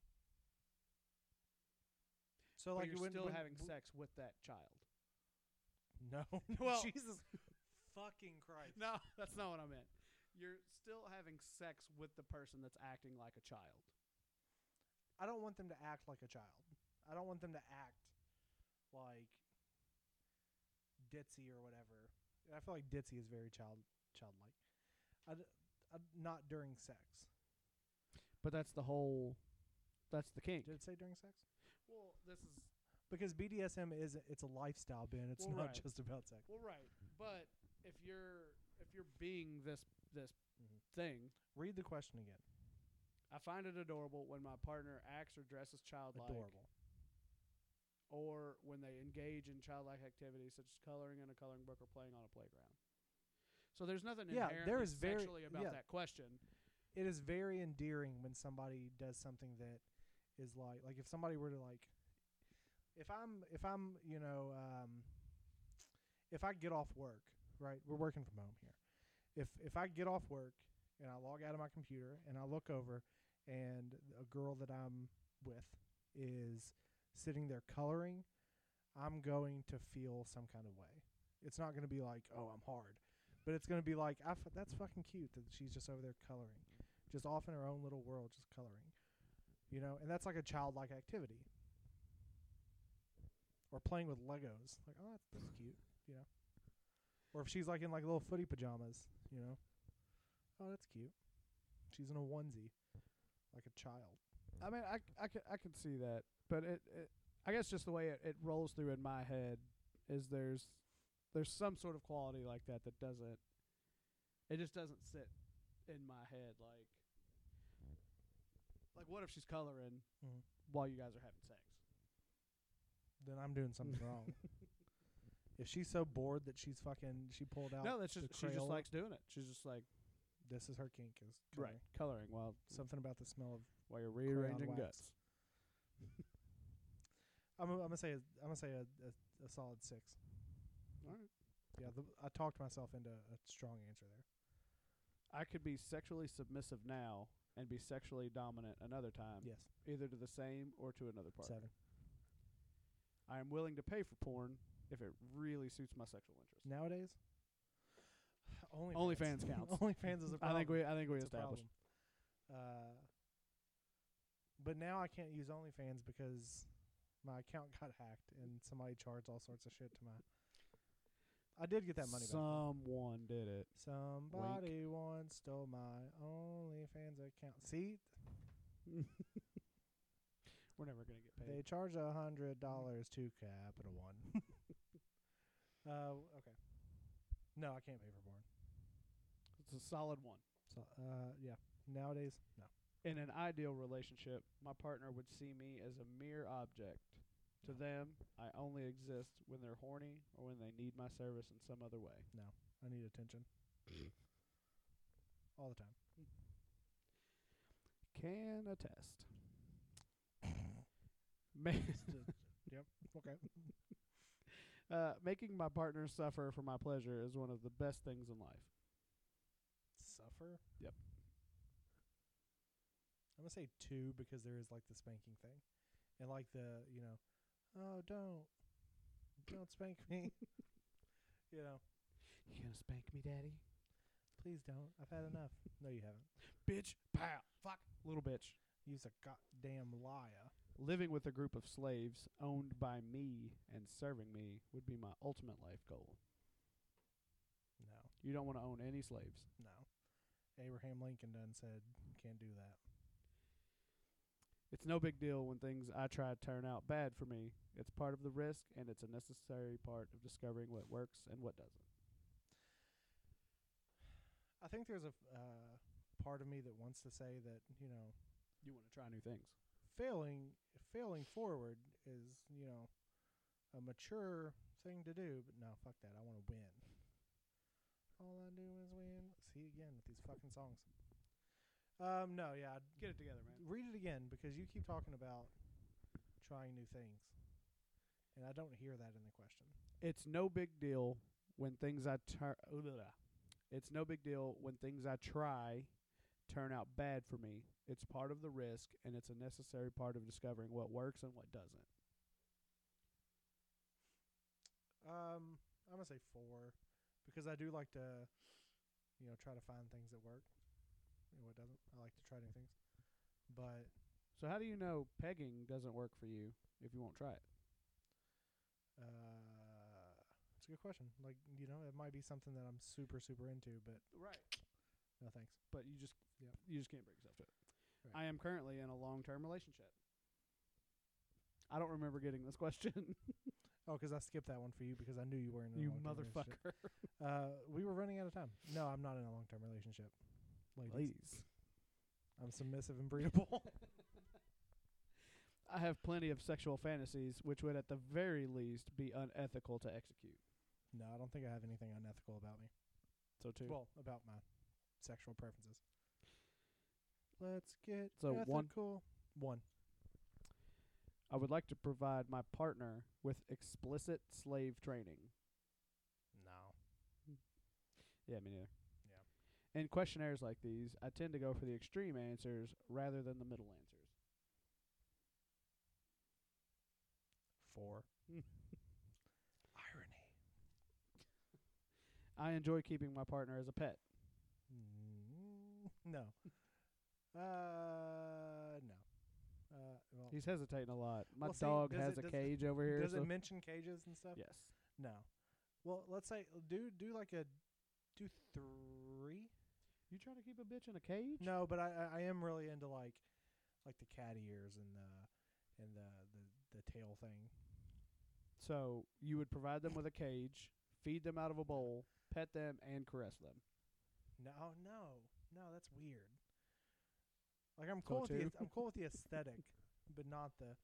So
But
like
you're
when,
still
when-
having
w-
sex with that child.
[LAUGHS] No.
Well-
[LAUGHS] Jesus, fucking Christ.
[LAUGHS] No, that's not what I meant. You're still having sex with the person that's acting like a child.
I don't want them to act like a child. I don't want them to act like ditzy or whatever. I feel like ditzy is very child childlike. I d I d not during sex.
But that's the whole. That's the kink.
Did it say during sex?
Well, this is
Because BDSM is it's a lifestyle, Ben. It's
Well,
not
right.
just about sex.
well, right. But if you're if you're being this this
Mhm.
thing,
Read the question again.
I find it adorable when my partner acts or dresses childlike,
Adorable.
or when they engage in childlike activities such as coloring in a coloring book or playing on a playground. So there's nothing
Yeah,
inherently
there is very-
sexually about
yeah.
that question.
It is very endearing when somebody does something that is like like if somebody were to like if I'm if I'm you know um, if I get off work right we're working from home here if if I get off work and I log out of my computer and I look over and a girl that I'm with is sitting there coloring I'm going to feel some kind of way. It's not going to be like, oh, I'm hard, but it's going to be like, I f- that's fucking cute that she's just over there coloring, just off in her own little world, just coloring, you know. And that's like a childlike activity. Or playing with Legos, like, oh, that's, that's cute, you know. Or if she's like in like little footy pajamas, you know, oh, that's cute. She's in a onesie, like a child.
I mean, I, c- I, c- I can see that, but it, it I guess just the way it, it rolls through in my head is there's there's some sort of quality like that that doesn't it just doesn't sit in my head like like what if she's coloring
Mhm.
while you guys are having sex?
Then I'm doing something wrong.
[LAUGHS]
If she's so bored that she's fucking, she pulled out.
no, that's
the
just she just
Crayola.
likes doing it. She's just like
This is her kink. Is
right
coloring.
coloring while
Something about the smell of
while you're rearranging
Mm-hmm. wax.
guts.
I'm, I'm gonna say a, I'm gonna say a, a, a solid six.
Alright.
Yeah, the, I talked myself into a strong answer there.
I could be sexually submissive now and be sexually dominant another time,
Yes,
either to the same or to another partner.
seven.
I am willing to pay for porn if it really suits my sexual interest.
Nowadays, [SIGHS] only
OnlyFans counts.
[LAUGHS] OnlyFans is a problem.
I think we I think we
It's a
established.
problem. Uh, but now I can't use OnlyFans because my account got hacked and somebody charged all sorts of shit to my. I did get that money back.
Someone did it.
Somebody once stole my OnlyFans account. See,
We're never gonna get
They
paid.
charge a hundred dollars to Capital
[LAUGHS]
One. uh, okay. No, I can't pay for porn.
It's a solid one.
So, uh, yeah. Nowadays, no.
In an ideal relationship, my partner would see me as a mere object. To them, I only exist when they're horny or when they need my service in some other way.
I need
[LAUGHS]
attention. All the time.
Can attest. [COUGHS] Man,
Okay.
[LAUGHS] uh, making my partner suffer for my pleasure is one of the best things in life.
Suffer.
Yep.
I'm gonna say two because there is like the spanking thing, and like the you know, oh don't, don't spank
[LAUGHS]
me. you know,
You gonna spank me, daddy?
please don't. I've had enough. No, you haven't.
Bitch, pow, fuck, little bitch.
You's a goddamn liar.
Living with a group of slaves owned by me and serving me would be my ultimate life goal.
No.
You don't want to own any slaves.
No. Abraham Lincoln done said, can't do that.
It's no big deal when things I try turn out bad for me. It's part of the risk and it's a necessary part of discovering what works and what doesn't.
I think there's a f- uh, part of me that wants to say that, you know,
You want to try new things.
failing failing forward is, you know, a mature thing to do, but no, fuck that. I want to win. All I do is win. See again with these fucking songs. Um, no, yeah, I'd
Get it together, man.
read it again because you keep talking about trying new things, and I don't hear that in the question.
It's no big deal when things I turn It's no big deal when things I try turn out bad for me. It's part of the risk and it's a necessary part of discovering what works and what doesn't.
Um, I'm gonna say four because I do like to, you know, try to find things that work and what doesn't. I like to try new things, but
So how do you know pegging doesn't work for you if you won't try it?
uh, it's a good question. Like, you know, it might be something that I'm super super into, but
Right.
no thanks.
But you just
Yeah.
you just can't bring yourself to it.
Right.
I am currently in a long term relationship. I don't remember getting this question. [LAUGHS]
Oh, 'cause I skipped that one for you because I knew you were in a
you
long-term relationship.
motherfucker. [LAUGHS]
Uh, we were running out of time. No, I'm not in a long term relationship, ladies.
Please.
I'm submissive and breedable.
I have plenty of sexual fantasies which would at the very least be unethical to execute.
[LAUGHS] no, I don't think I have anything unethical about me.
So two.
Well, about my sexual preferences. Let's get
So one-
ethical. One.
I would like to provide my partner with explicit slave training.
No.
Yeah, me neither.
Yeah.
In questionnaires like these, I tend to go for the extreme answers rather than the middle answers. [LAUGHS]
Four.
I enjoy keeping my partner as a pet.
Mm, no. Uh, no. Uh, well,
He's hesitating a lot. My
Well, see,
dog
does it-
has a
does it-
cage over here.
does
so-
it mention cages and stuff?
yes.
No. Well, let's say do do like a do three.
You trying to keep a bitch in a cage?
No, but I I- I am really into like like the cat ears and the and the the, the tail thing.
So you would provide them with a cage, feed them out of a bowl, pet them, and caress them.
No, oh, no, no, that's weird. Like I'm
Go
cool with the
to.
ath- I'm cool with the aesthetic, but not the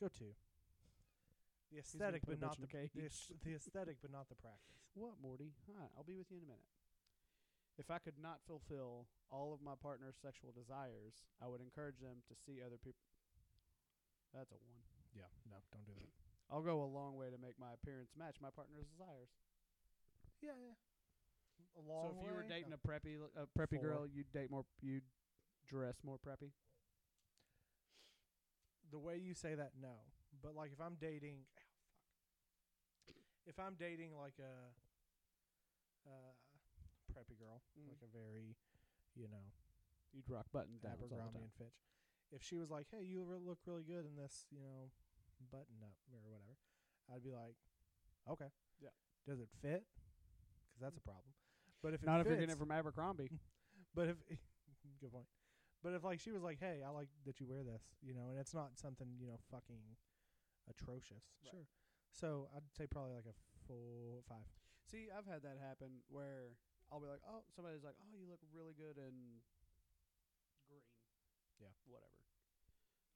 go to. The
He's gonna
aesthetic,
put a
but not
bitch
the,
in a
the
cage.
aes- the aesthetic, but not the practice.
What, Morty? Hi, I'll be with you in a minute. If I could not fulfill all of my partner's sexual desires, I would encourage them to see other people. That's a one.
Yeah, no, don't do that.
I'll go a long way to make my appearance match my partner's desires.
Yeah, yeah. A long
so if you were
way?
dating
No.
a preppy l- a preppy
Four.
girl, you'd date more, you'd dress more preppy.
the way you say that, no. But like if I'm dating, if I'm dating like a uh, preppy girl,
Mhm.
like a very, you know,
You'd rock button downs all the
Abercrombie
time.
and Fitch. If she was like, "Hey, you re- look really good in this, you know, button up or whatever," I'd be like, "Okay,
Yeah.
Does it fit? 'Cause that's a problem. But if it
Not if
fits,
you're getting it from Abercrombie.
[LAUGHS] but if good point. But if like she was like, "Hey, I like that you wear this," you know, and it's not something you know fucking atrocious.
Right.
Sure. So I'd say probably like a four, five.
See, I've had that happen where I'll be like, oh, somebody's like, oh, you look really good in green.
Yeah.
Whatever.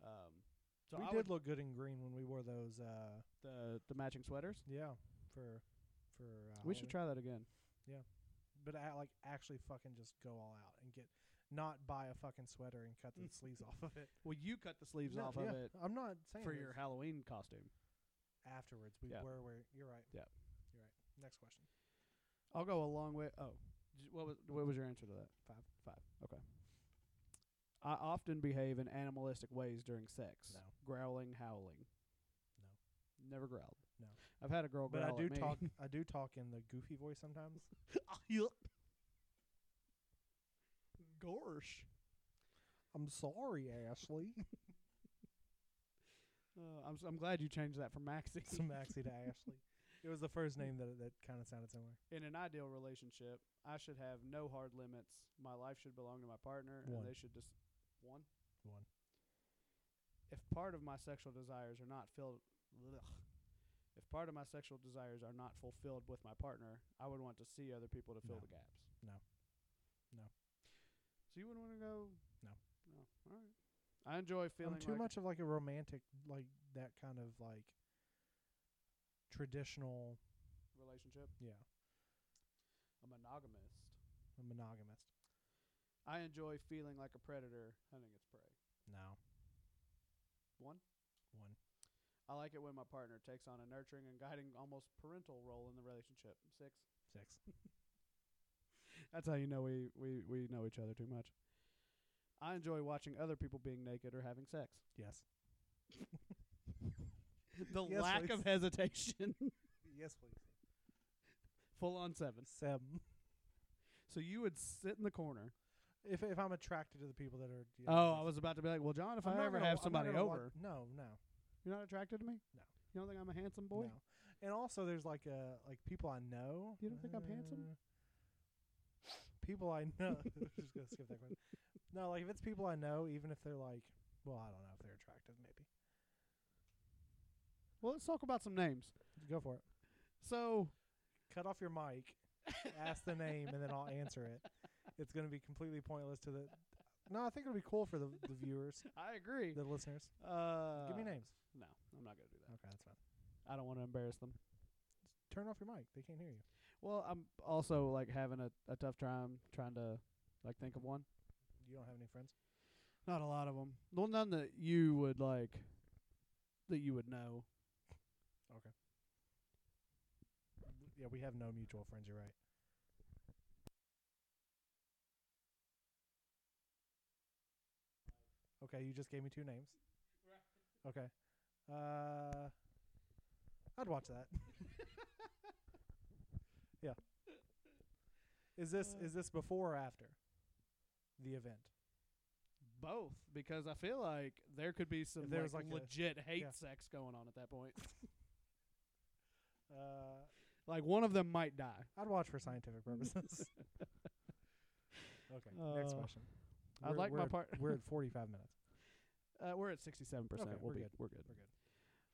Um, so
we
I
did
would,
look good in green when we wore those. uh
the the matching sweaters.
Yeah, for for. Uh,
We should
Halloween.
try that again.
but I, like actually fucking just go all out and get not buy a fucking sweater and
[LAUGHS]
cut the sleeves off of it.
Well, you cut the sleeves
No,
off
yeah,
of it
I'm not saying
for
this.
your Halloween costume.
afterwards. We
Yeah.
were where you're right.
Yeah.
you're right. Next question.
I'll go a long way. Oh, j- what was what was your answer to that? Five, five. Okay. I often behave in animalistic ways during sex.
No.
Growling, howling.
No.
Never growled.
No.
I've had a girl
But
growl.
I do
at me. Ah,
talk. I do talk in the goofy voice sometimes.
[LAUGHS] Gorsh.
I'm sorry,
[LAUGHS]
Ashley.
[LAUGHS] Uh, I'm s- I'm glad you changed that from Maxie.
Some Maxie to Ashley. It was the first name that that kind of sounded similar.
[LAUGHS] In an ideal relationship, I should have no hard limits. My life should belong to my partner,
One.
and they should just one.
One.
If part of my sexual desires are not filled, blech. if part of my sexual desires are not fulfilled with my partner, I would want to see other people to
No.
fill the gaps.
No. No.
So you wouldn't want to go.
No.
No. All right. I enjoy
I'm
feeling
too much
like
of like a romantic, like that kind of like traditional.
relationship.
Yeah,
A monogamist.
a monogamist.
I enjoy feeling like a predator hunting its prey.
No,
One.
one.
I like it when my partner takes on a nurturing and guiding, almost parental role in the relationship. Six.
Six.
That's how you know we, we, we know each other too much. I enjoy watching other people being naked or having
[LAUGHS]
sex.
Yes.
[LAUGHS] The
Yes,
lack of
please. [LAUGHS]
hesitation.
Yes, please.
Full on seven.
Seven.
So you would sit in the corner.
If if I'm attracted to the people that are. you know,
Oh, I
like-
was about to be like, well, John, if
I'm
I
not
ever
gonna-
have
I'm not
somebody
gonna want-
over,
no, no,
you're not attracted to me?
No.
You don't think I'm a handsome boy?
no. And also, there's like uh like people I know.
You don't think I'm handsome?
Uh, People I know. [LAUGHS] Just gonna skip that question. No, like if it's people I know, even if they're like, well, I don't know if they're attractive, maybe.
Well, let's talk about some names.
Go for it. [LAUGHS]
So
Cut off your mic. ask the name, and then I'll answer it. It's gonna be completely pointless to the. No, I think it'll be cool for the the viewers,
I agree.
the listeners.
Uh,
Give me names.
No, I'm not going to do that.
Okay, that's fine.
I don't want to embarrass them.
Turn off your mic. They can't hear you.
Well, I'm also like having a, a tough time trying to like think of one.
You don't have any friends?
Not a lot of them. Well, none that you would like, that you would know.
Okay. Yeah, we have no mutual friends. You're right. Okay, you just gave me two names. Okay. Uh, I'd watch that. [LAUGHS] yeah. Is this
Uh.
is this before or after the event?
both because I feel like there could be some
If there was,
like,
like, a-
legit hate
yeah.
sex going on at that point. [LAUGHS]
Uh,
like one of them might die.
I'd watch for scientific
[LAUGHS]
purposes. okay, next
Uh,
question.
I'd
We're-
like my
we're at-
part-
we're at 45 minutes.
[LAUGHS] Uh, we're at sixty-seven percent.
Okay,
We'll
we're
be
good.
we're good.
We're good.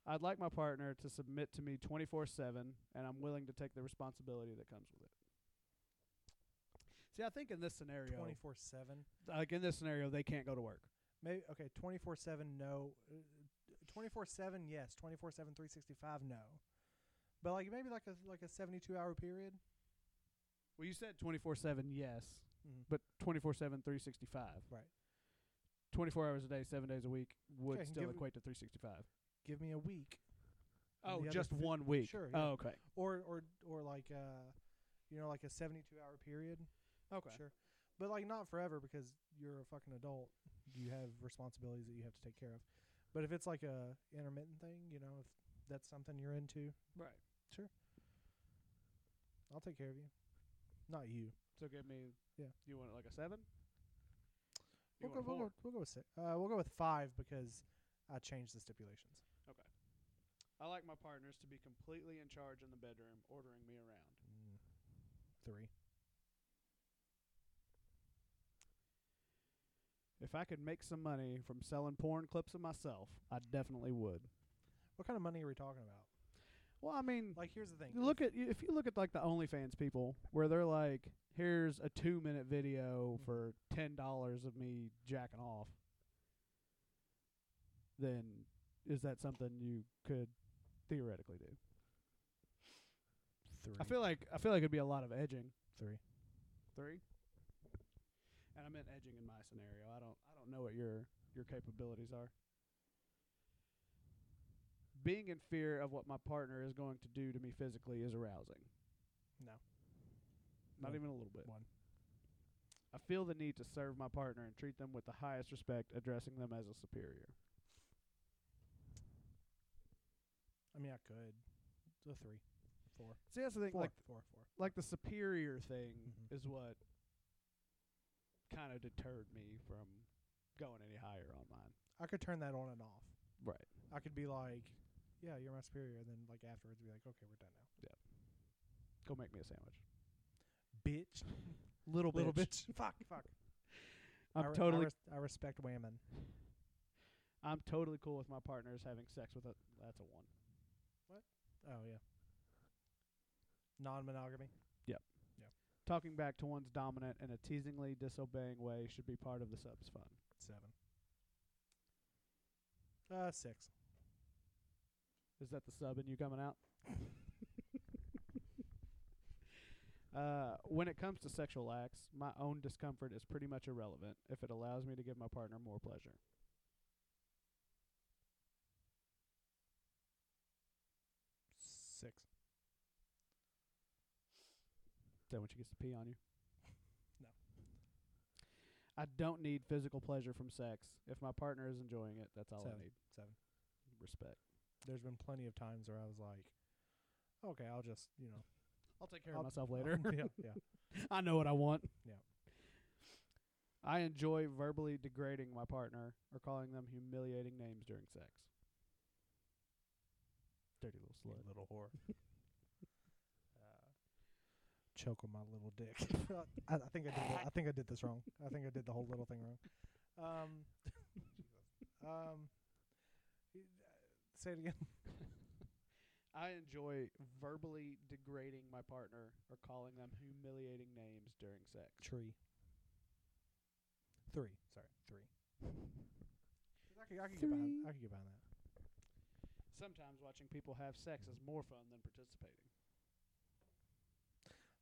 I'd like my partner to submit to me twenty-four-seven, and I'm willing to take the responsibility that comes with it. See, I think in this scenario,
24 7.
like in this scenario, they can't go to work.
Maybe, okay, 24 7, no. 24 7, yes. 24 7, 365, no. But like maybe like a like a 72 hour period.
Well, you said twenty-four-seven, yes,
Mhm.
but twenty-four-seven, three sixty-five.
Right.
Twenty-four hours a day, seven days a week would
Okay,
still
give-
equate to three sixty-five.
Give me a week. and
Oh,
the other
just
fif-
one week.
Sure,
Oh,
yeah.
okay.
Or or or like uh you know like a 72 hour period.
Okay.
Sure. But like not forever because you're a fucking adult. You have responsibilities that you have to take care of. But if it's like a intermittent thing, you know, if that's something you're into,
Right.
I'll take care of you. Not you.
So give me.
Yeah.
You want it like a seven?
We'll
You
go,
want a
we'll,
four?
go, we'll go with six. Uh, we'll go with five because I changed the stipulations.
I like my partners to be completely in charge in the bedroom, ordering me around.
Mm. Three.
If I could make some money from selling porn clips of myself, I definitely would.
What kind of money are we talking about?
Well, I mean,
Like, here's the thing.
you look at if you look at like the OnlyFans people, where they're like, "Here's a two-minute video
Mhm.
for ten dollars of me jacking off," then is that something you could theoretically do?
three.
I feel like I feel like it'd be a lot of edging.
three.
three. And I meant edging in my scenario. I don't I don't know what your your capabilities are. Being in fear of what my partner is going to do to me physically is arousing.
No.
Not
No.
even a little bit.
One.
I feel the need to serve my partner and treat them with the highest respect, addressing them as a superior.
I mean, I could. A three. Four.
See, that's the thing.
Four.
Like
four. Four.
like the superior thing
Mhm.
is what kind of deterred me from going any higher on mine.
I could turn that on and off.
Right.
I could be like, yeah, you're my superior. And then, like, afterwards, be like, okay, we're done now.
Go make me a sandwich.
Bitch.
Little
Little bitch. fuck, fuck. I
I'm
re- I
totally
res- I respect women.
I'm totally cool with my partners having sex with a that's a one.
Oh, yeah. Non monogamy.
Talking back to one's dominant in a teasingly disobeying way should be part of the subs fun.
Seven. Uh, six.
Is that the sub in you coming [LAUGHS] out? uh, when it comes to sexual acts, my own discomfort is pretty much irrelevant if it allows me to give my partner more pleasure.
Six.
Then when she gets to pee on [LAUGHS] you.
No.
I don't need physical pleasure from sex. If my partner is enjoying it, that's all
Seven.
I need.
Seven.
Respect.
There's been plenty of times where I was like, okay, I'll just, you know.
I'll take care
I'll- [LAUGHS]
of myself [LAUGHS] later.
yeah, yeah.
I know what I want.
Yeah.
I enjoy verbally degrading my partner or calling them humiliating names during sex. Dirty little
You
slut.
little
[LAUGHS]
whore. uh, choke on my little dick. [LAUGHS] I, I think I did. The, I think I did this wrong. I think I did the whole little thing wrong. Um, [LAUGHS] um, y- uh, say it again.
I enjoy verbally degrading my partner or calling them humiliating names during sex.
Tree. Three. Sorry, three. I could, I could get behind. I could get behind that.
Sometimes watching people have sex is more fun than participating.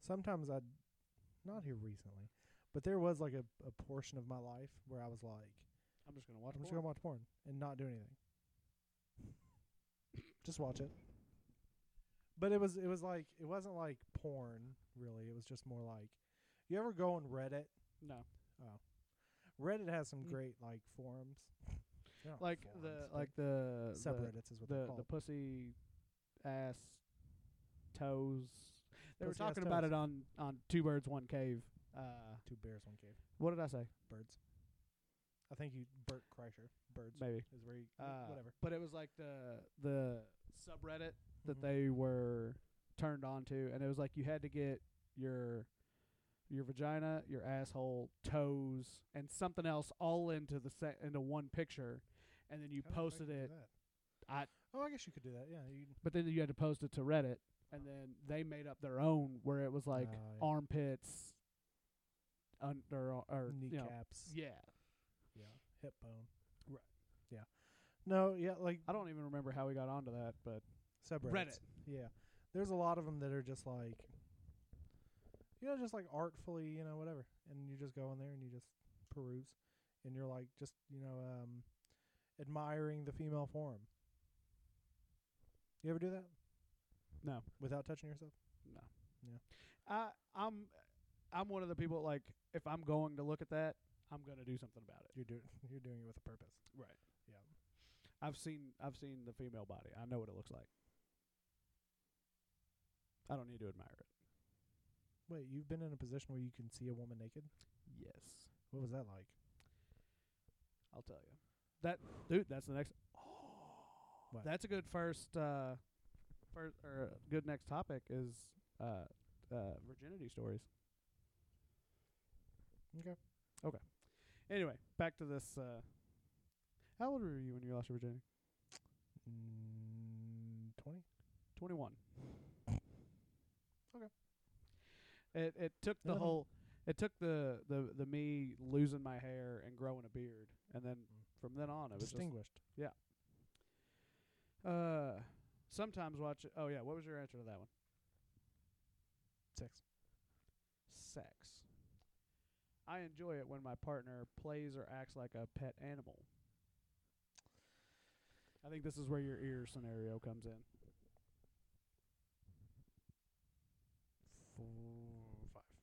sometimes I, not here recently, but there was like a, a portion of my life where I was like,
I'm just going to watch
I'm just
porn.
gonna watch porn and not do
[LAUGHS]
anything. just watch it. But it was it was like it wasn't like porn really. It was just more like, you ever go on Reddit?
No.
Reddit has some
Mm.
great like forums. [LAUGHS] They're not
Like
forums,
the
but
like the the-
subreddits is what they're
the the
called.
pussy ass toes They were
Pussy Ass
talking about
Toes.
it on on Two Birds One Cave. Uh,
Two bears, one cave.
what did I say?
Birds. I think you Bert Kreischer. Birds
Maybe.
is where you
Uh,
whatever.
But it was like the the subreddit that
Mhm.
they were turned on to, and it was like you had to get your your vagina, your asshole, toes, and something else all into the set into one picture, and then you
How the fuck
posted
do
it.
that?
I-
oh, I guess you could do that. Yeah, you
But then you had to post it to Reddit, and then they made up their own where it was like
Oh, yeah.
armpits, under or you know,
kneecaps.
yeah.
yeah, hip bone.
Right.
Yeah. No. Yeah. Like
I don't even remember how we got onto that, but
subreddits.
Reddit.
Yeah. There's a lot of them that are just like, you know, just like artfully, you know, whatever. And you just go in there and you just peruse, and you're like, just you know, um, admiring the female form. You ever do that?
No.
Without touching yourself.
No.
Yeah.
I I'm I'm one of the people like if I'm going to look at that, I'm gonna do something about it.
You're doing [LAUGHS] you're doing it with a purpose.
Right.
Yeah.
I've seen I've seen the female body. I know what it looks like. I don't need to admire it.
Wait, you've been in a position where you can see a woman naked?
Yes.
What was that like?
I'll tell you. That dude, that's the next oh,
What?
That's a good first uh first or a good next topic is uh uh virginity stories. Mm,
Okay.
Anyway, back to this uh how old were you when you lost your virginity?
Mm, 20?
21.
Okay.
It it took the
Nothing.
whole it took the, the the me losing my hair and growing a beard and then from then on it was just
Mm. Distinguished.
uh sometimes watch it. Oh yeah, what was your answer to that one?
Six.
Sex. I enjoy it when my partner plays or acts like a pet animal. I think this is where your ear scenario comes in.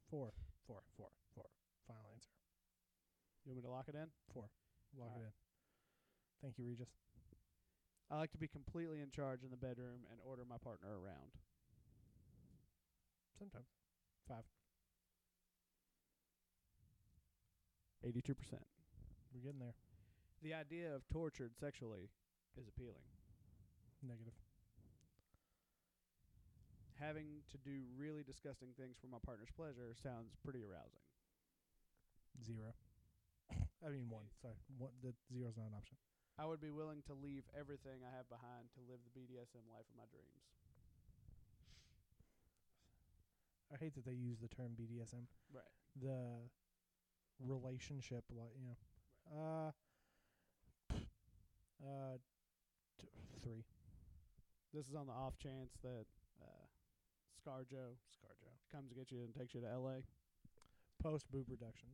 Four, five. Four. Four. Four. Four. Final answer.
You want me to lock it in?
Four. Lock
Alright.
it in. Thank you, Regis.
I like to be completely in charge in the bedroom and order my partner around.
Sometimes.
82%.
We're getting there.
The idea of tortured sexually is appealing.
Negative.
Having to do really disgusting things for my partner's pleasure sounds pretty arousing.
Zero. [COUGHS] I mean, one. Sorry. One, the zero's not an option.
I would be willing to leave everything I have behind to live the BDSM life of my dreams.
I hate that they use the term BDSM.
Right.
The relationship, like, you know. Uh, uh, t- three.
This is on the off chance that uh, Scarjo
Scarjo.
comes to get you and takes you to LA.
Post boob reduction.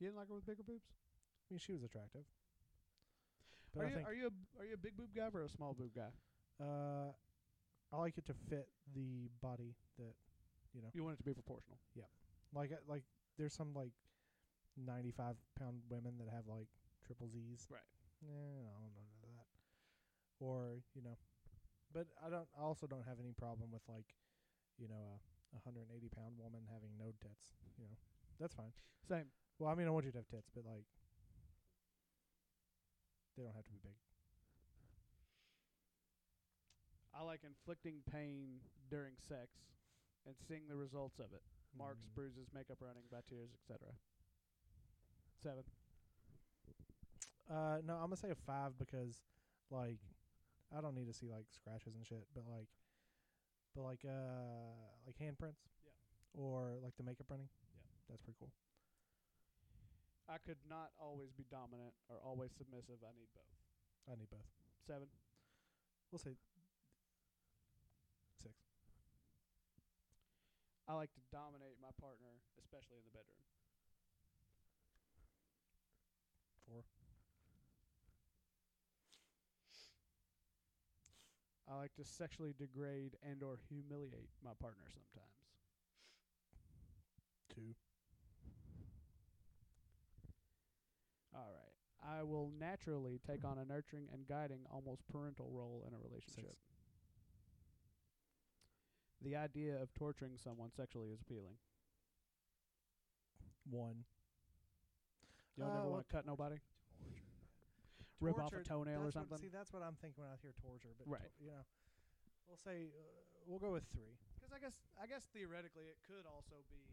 You didn't like her with bigger boobs?
I mean, she was attractive. But
Are
I
you,
think
are you a are you a big boob guy or a small boob guy?
uh, I like it to fit the body that
You want it to be proportional.
like uh, like there's some like 95 pound women that have like triple Z's.
Right.
Yeah, I don't know none of that. Or you know, but I don't. I also don't have any problem with like, you know, a 180 pound woman having no tits. You know, that's fine.
Same.
Well, I mean, I want you to have tits, but like, they don't have to be big.
I like inflicting pain during sex and seeing the results of it. Marks,
Mm.
bruises, makeup running, by tears, etc. Seven.
Uh, no, I'm gonna say a five because, like, I don't need to see like scratches and shit, but like, but like, uh, like handprints.
Yeah.
Or like the makeup running.
Yeah.
That's pretty cool.
I could not always be dominant or always submissive. I need both.
I need both.
Seven.
We'll say six.
I like to dominate my partner, especially in the bedroom.
Four.
I like to sexually degrade and or humiliate my partner sometimes.
Two.
All right. I will naturally take on a nurturing and guiding, almost parental role in a relationship. the idea of torturing someone sexually is appealing.
One.
Y'all
Uh,
never
well-
want to cut nobody, rip off a
Torture,
toenail or
that's what-
something.
see, that's what I'm thinking when I hear torture. But
Right.
to- you know, we'll say uh, we'll go with three.
Because I guess I guess theoretically it could also be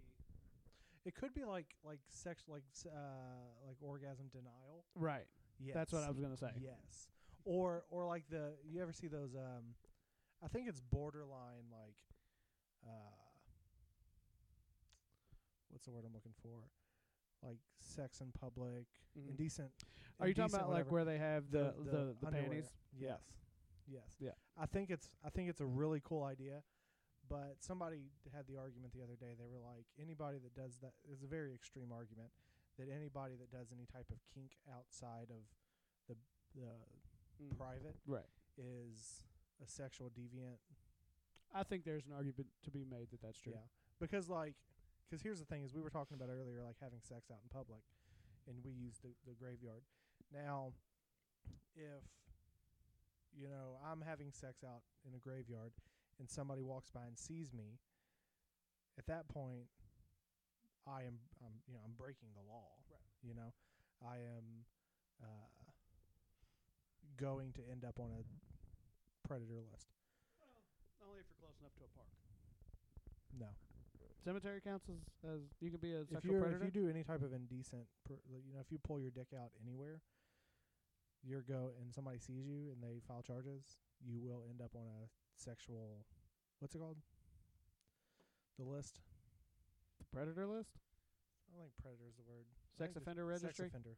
It could be like like sex like s- uh like orgasm denial.
right.
Yes.
That's what I was gonna say.
Yes. Or or like the you ever see those um I think it's borderline like uh what's the word I'm looking for? Like sex in public,
Mhm.
indecent.
Are you talking
indecent,
about
whatever.
like where they have the the, the,
underwear.
panties?
Yes. Yes.
Yeah.
I think it's I think it's a really cool idea, but somebody had the argument the other day. They were like, anybody that does that is a very extreme argument that anybody that does any type of kink outside of the the
Mm.
private
Right.
is a sexual deviant.
I think there's an argument to be made that that's true.
Yeah. Because like, because here's the thing: is we were talking about earlier, like having sex out in public, and we use the the graveyard. Now, if you know I'm having sex out in a graveyard, and somebody walks by and sees me, at that point, I am I'm you know I'm breaking the law.
Right.
You know, I am uh, going to end up on a predator list.
Only if you're close enough to a park.
No.
Cemetery counts as, as you can be a
if
sexual
you if
predator.
you do any type of indecent, pr- like, you know, if you pull your dick out anywhere, you're go and somebody sees you and they file charges, you will end up on a sexual, what's it called? The list.
the predator list,
I don't think predator is the word. I think it's
sex offender registry.
Sex offender.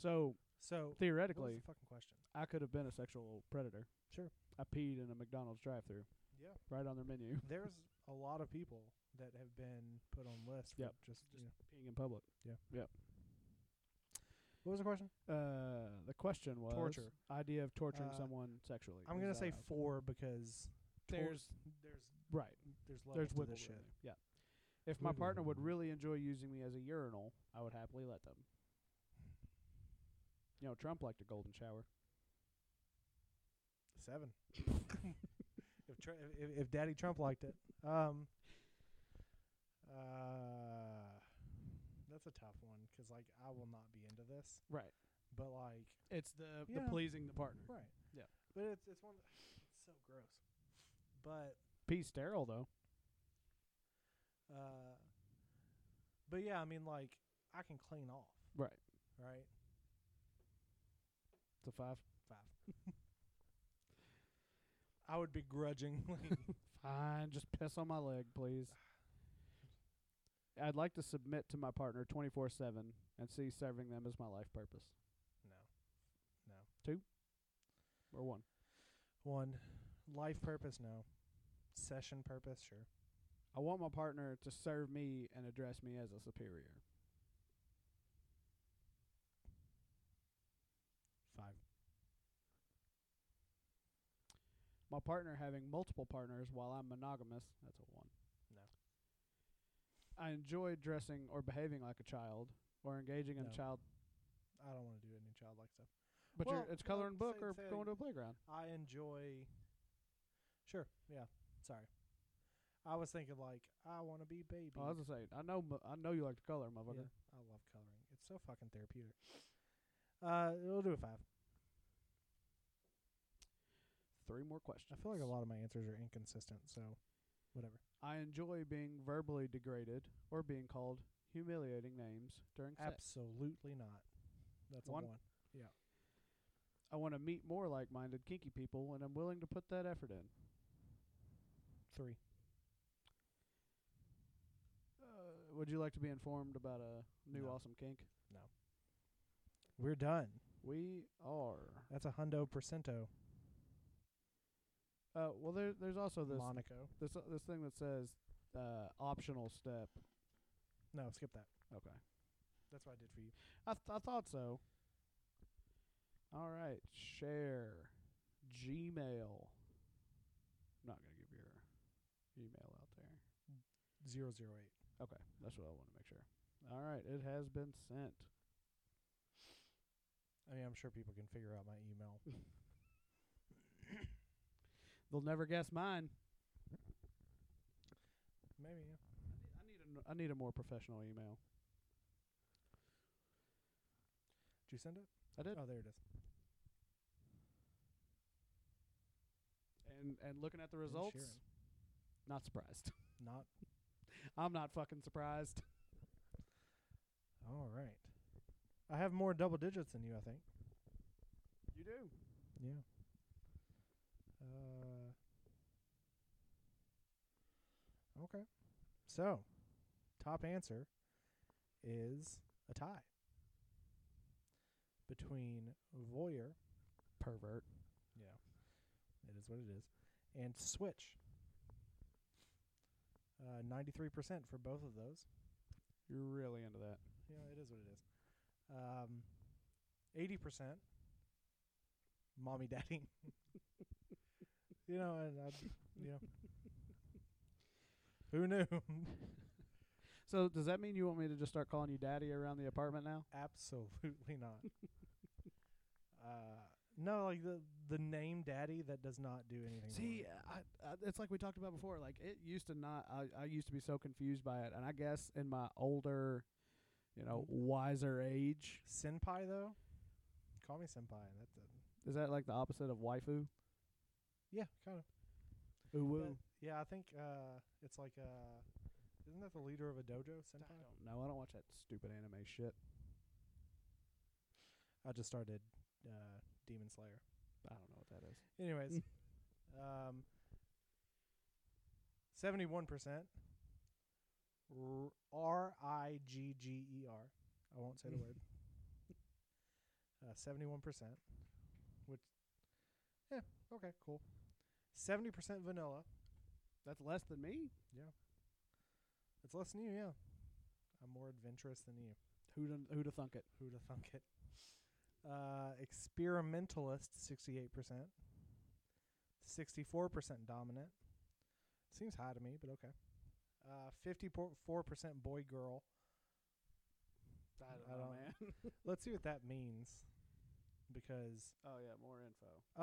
so
So what was
theoretically,
the fucking question?
I could have been a sexual predator.
Sure.
I peed in a McDonald's drive-through
Yeah,
right on their menu, [LAUGHS]
there's a lot of people that have been put on lists. for
Yep.
Just, you know.
peeing in public.
What was the question?
Uh, the question was
Torture.
idea of torturing
Uh,
someone sexually.
I'm
Is
gonna
that
say
a-
four because tor-
there's
there's
right.
there's levels
There's
to
wiggle
this shit.
room. Yeah. If my
Wiggle
partner would
room.
really enjoy using me as a urinal, I would happily let them. You know, Trump liked a golden shower.
Seven. if, tr- if if Daddy Trump liked it, um, uh, that's a tough one 'cause like I will not be into this,
Right.
but like
It's the
Yeah.
the pleasing the partner.
right,
Yeah.
But it's it's one. It's so gross, but
Pee's sterile though.
uh, but yeah, I mean like I can clean off,
Right.
right?
It's a five.
I would [LAUGHS] begrudgingly.
Fine, just piss on my leg, please. I'd like to submit to my partner twenty four seven and see serving them as my life purpose.
no, no.
Or one.
One, life purpose. No, session purpose. Sure.
I want my partner to serve me and address me as a superior.
Five.
My partner having multiple partners while I'm monogamous, that's a one.
No.
I enjoy dressing or behaving like a child or engaging in
No.
a child
I don't want to do any childlike stuff.
but
Well,
you're, it's
well,
coloring book
say-
or
say-
going to a playground.
I enjoy. Sure. Yeah. Sorry. I was thinking like I want to be baby.
I was just saying, I know mo- I know you like to color, motherfucker.
Yeah, I love coloring. It's so fucking therapeutic. Uh, we'll do a five.
Three more questions.
I feel like a lot of my answers are inconsistent, so whatever.
I enjoy being verbally degraded or being called humiliating names during sex.
Absolutely not. That's
One?
a one.
I want to meet more like-minded kinky people and I'm willing to put that effort in.
Three.
Uh, would you like to be informed about a new
No.
awesome kink?
We're done.
We are.
That's a hundo percento.
Uh, well, there, there's also this
Monaco.
this this thing that says uh, optional step.
No, skip that.
Okay,
That's what I did for you.
I th- I thought so. All right, share Gmail. I'm not gonna give your email out there.
Zero zero eight.
Okay, that's what I want to make sure. All right, it has been sent.
I mean, I'm sure people can figure out my
[LAUGHS]
email.
They'll never guess mine.
Maybe. Yeah.
I need a, I need a more professional email.
Did you send it?
I did.
Oh, there it is.
And and looking at the
Didn't share
results,
it.
not surprised. [LAUGHS]
Not.
I'm not fucking surprised.
All right. I have more double digits than you, I think.
You do.
Yeah. Uh, okay. So, top answer is a tie between Voyeur,
Pervert.
yeah, it is what it is, and Switch. Uh, 93% for both of those.
You're really into that.
Yeah, it is what it is. Um, 80% mommy daddy. [LAUGHS] you know, and I, you know, who knew? [LAUGHS]
So does that mean you want me to just start calling you daddy around the apartment now?
Absolutely not. uh, no, like the the name daddy that does not do anything. for
See,
me.
I, I, it's like we talked about before. Like it used to not. I, I used to be so confused by it, and I guess in my older, you know,
Mm-hmm.
wiser age,
senpai though, call me senpai. and That's a,
is that like the opposite of waifu?
yeah, kind of.
Uwu.
But, yeah, I think uh, it's like uh, isn't that the leader of a dojo senpai?
I don't know. I don't watch that stupid anime shit.
I just started uh, Demon Slayer.
I don't know what that is.
Anyways, um, seventy-one percent R I G G E R. I won't say the word. Uh, Seventy-one percent, which yeah, okay, cool. Seventy percent vanilla.
That's less than me.
It's less than you, yeah. I'm more adventurous than you.
Who done, who'd have thunk it?
Who'da thunk it? Uh, experimentalist, 68%. 64% dominant. Seems high to me, but okay. Uh, 54% boy girl.
I
don't know,
man.
Let's see what that means. Because,
oh yeah, more info.
[LAUGHS]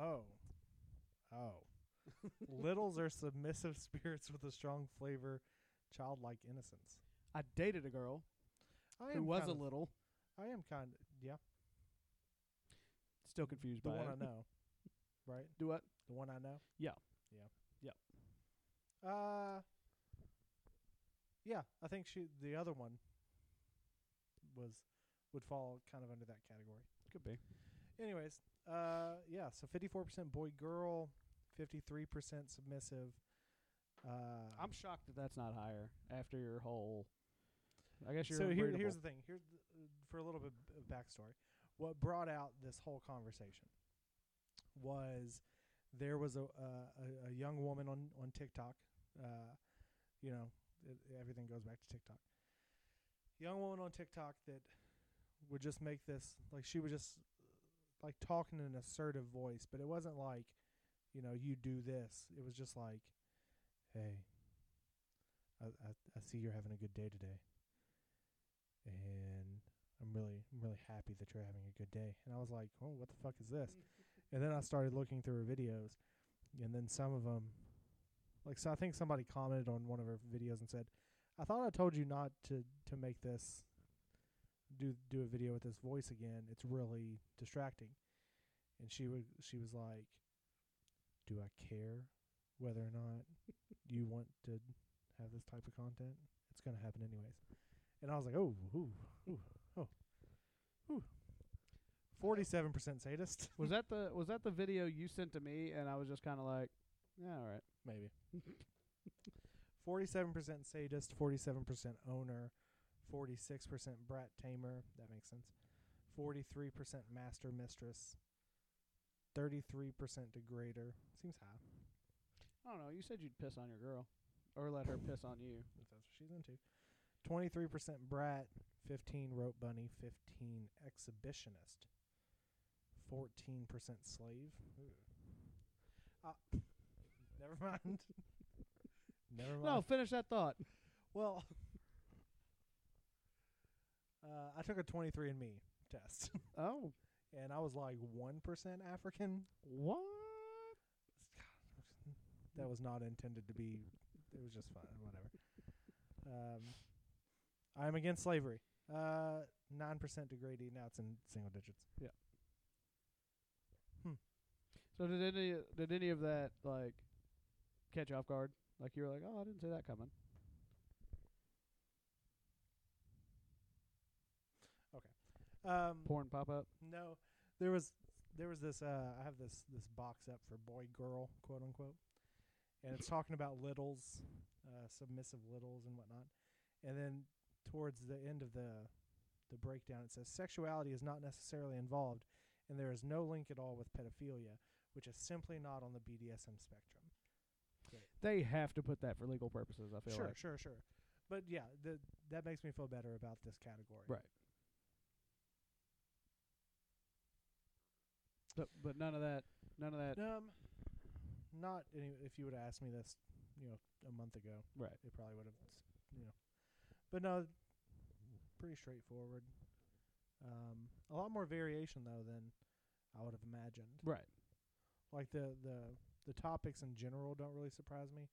oh, oh, oh.
[LAUGHS]
Littles are submissive spirits with a strong flavor, childlike innocence.
I dated a girl
I
who was a
kinda-
little.
I am kind of, yeah.
Still confused
The
by
one
it.
I know. Right?
Do what?
The one I know?
Yeah.
Yeah.
Yep.
Uh Yeah, I think she the other one was would fall kind of under that category.
Could be.
Anyways, uh yeah, so 54% boy girl, 53% submissive. Uh
I'm shocked that that's not higher after your whole. I guess you're
so here,
unbreedable.
here's the thing. Here's the, uh, for a little bit of backstory. What brought out this whole conversation was there was a uh, a, a young woman on on TikTok. Uh, you know, it, everything goes back to TikTok. Young woman on TikTok that would just make this like she was just uh, like talking in an assertive voice, but it wasn't like, you know, you do this. It was just like, hey, I I, I see you're having a good day today and I'm really I'm really happy that you're having a good day. And I was like, oh, what the fuck is this? and then I started looking through her videos, and then some of 'em like so I think somebody commented on one of her videos and said, I thought I told you not to to make this do do a video with this voice again. It's really distracting. And she was she was like, do I care whether or not you want to have this type of content? It's gonna happen anyways. And I was like, oh, ooh, ooh, oh, ooh. Forty-seven percent sadist,
[LAUGHS]
[LAUGHS]
was that the was that the video you sent to me? And I was just kind of like, yeah, all right.
maybe. [LAUGHS] Forty-seven percent sadist, forty-seven percent owner, forty-six percent brat tamer. That makes sense. Forty-three percent master mistress, thirty-three percent degrader. Seems high
I don't know. You said you'd piss on your girl, or let her piss on you.
if that's what she's into. Twenty-three percent brat, fifteen rope bunny, fifteen exhibitionist, fourteen percent slave. Uh, [LAUGHS] never mind. [LAUGHS] never mind.
No, finish that
[LAUGHS]
thought.
Well, uh, I took a 23andMe test, [LAUGHS]
Oh,
and I was like 1% African.
what?
That was not intended to be It was just fun. Whatever. Um, I'm against slavery. Uh, nine percent degrading. Now it's in single digits.
So did any did any of that like catch you off guard? Like you were like, oh, I didn't see that coming.
Um,
Porn pop up.
No, there was there was this. Uh, I have this this box up for boy girl quote unquote, and it's talking about littles, uh, submissive littles and whatnot. And then towards the end of the the breakdown, it says sexuality is not necessarily involved, and there is no link at all with pedophilia, which is simply not on the BDSM spectrum.
They have to put that for legal purposes. I feel
Sure,
like.
sure, sure. But yeah, the, that makes me feel better about this category.
Right. But, but none of that. None of that.
Um, not any. If you would have asked me this, you know, a month ago,
Right.
it probably would have, you know. But no, pretty straightforward. Um, a lot more variation though than I would have imagined.
Right.
Like the the the topics in general don't really surprise me,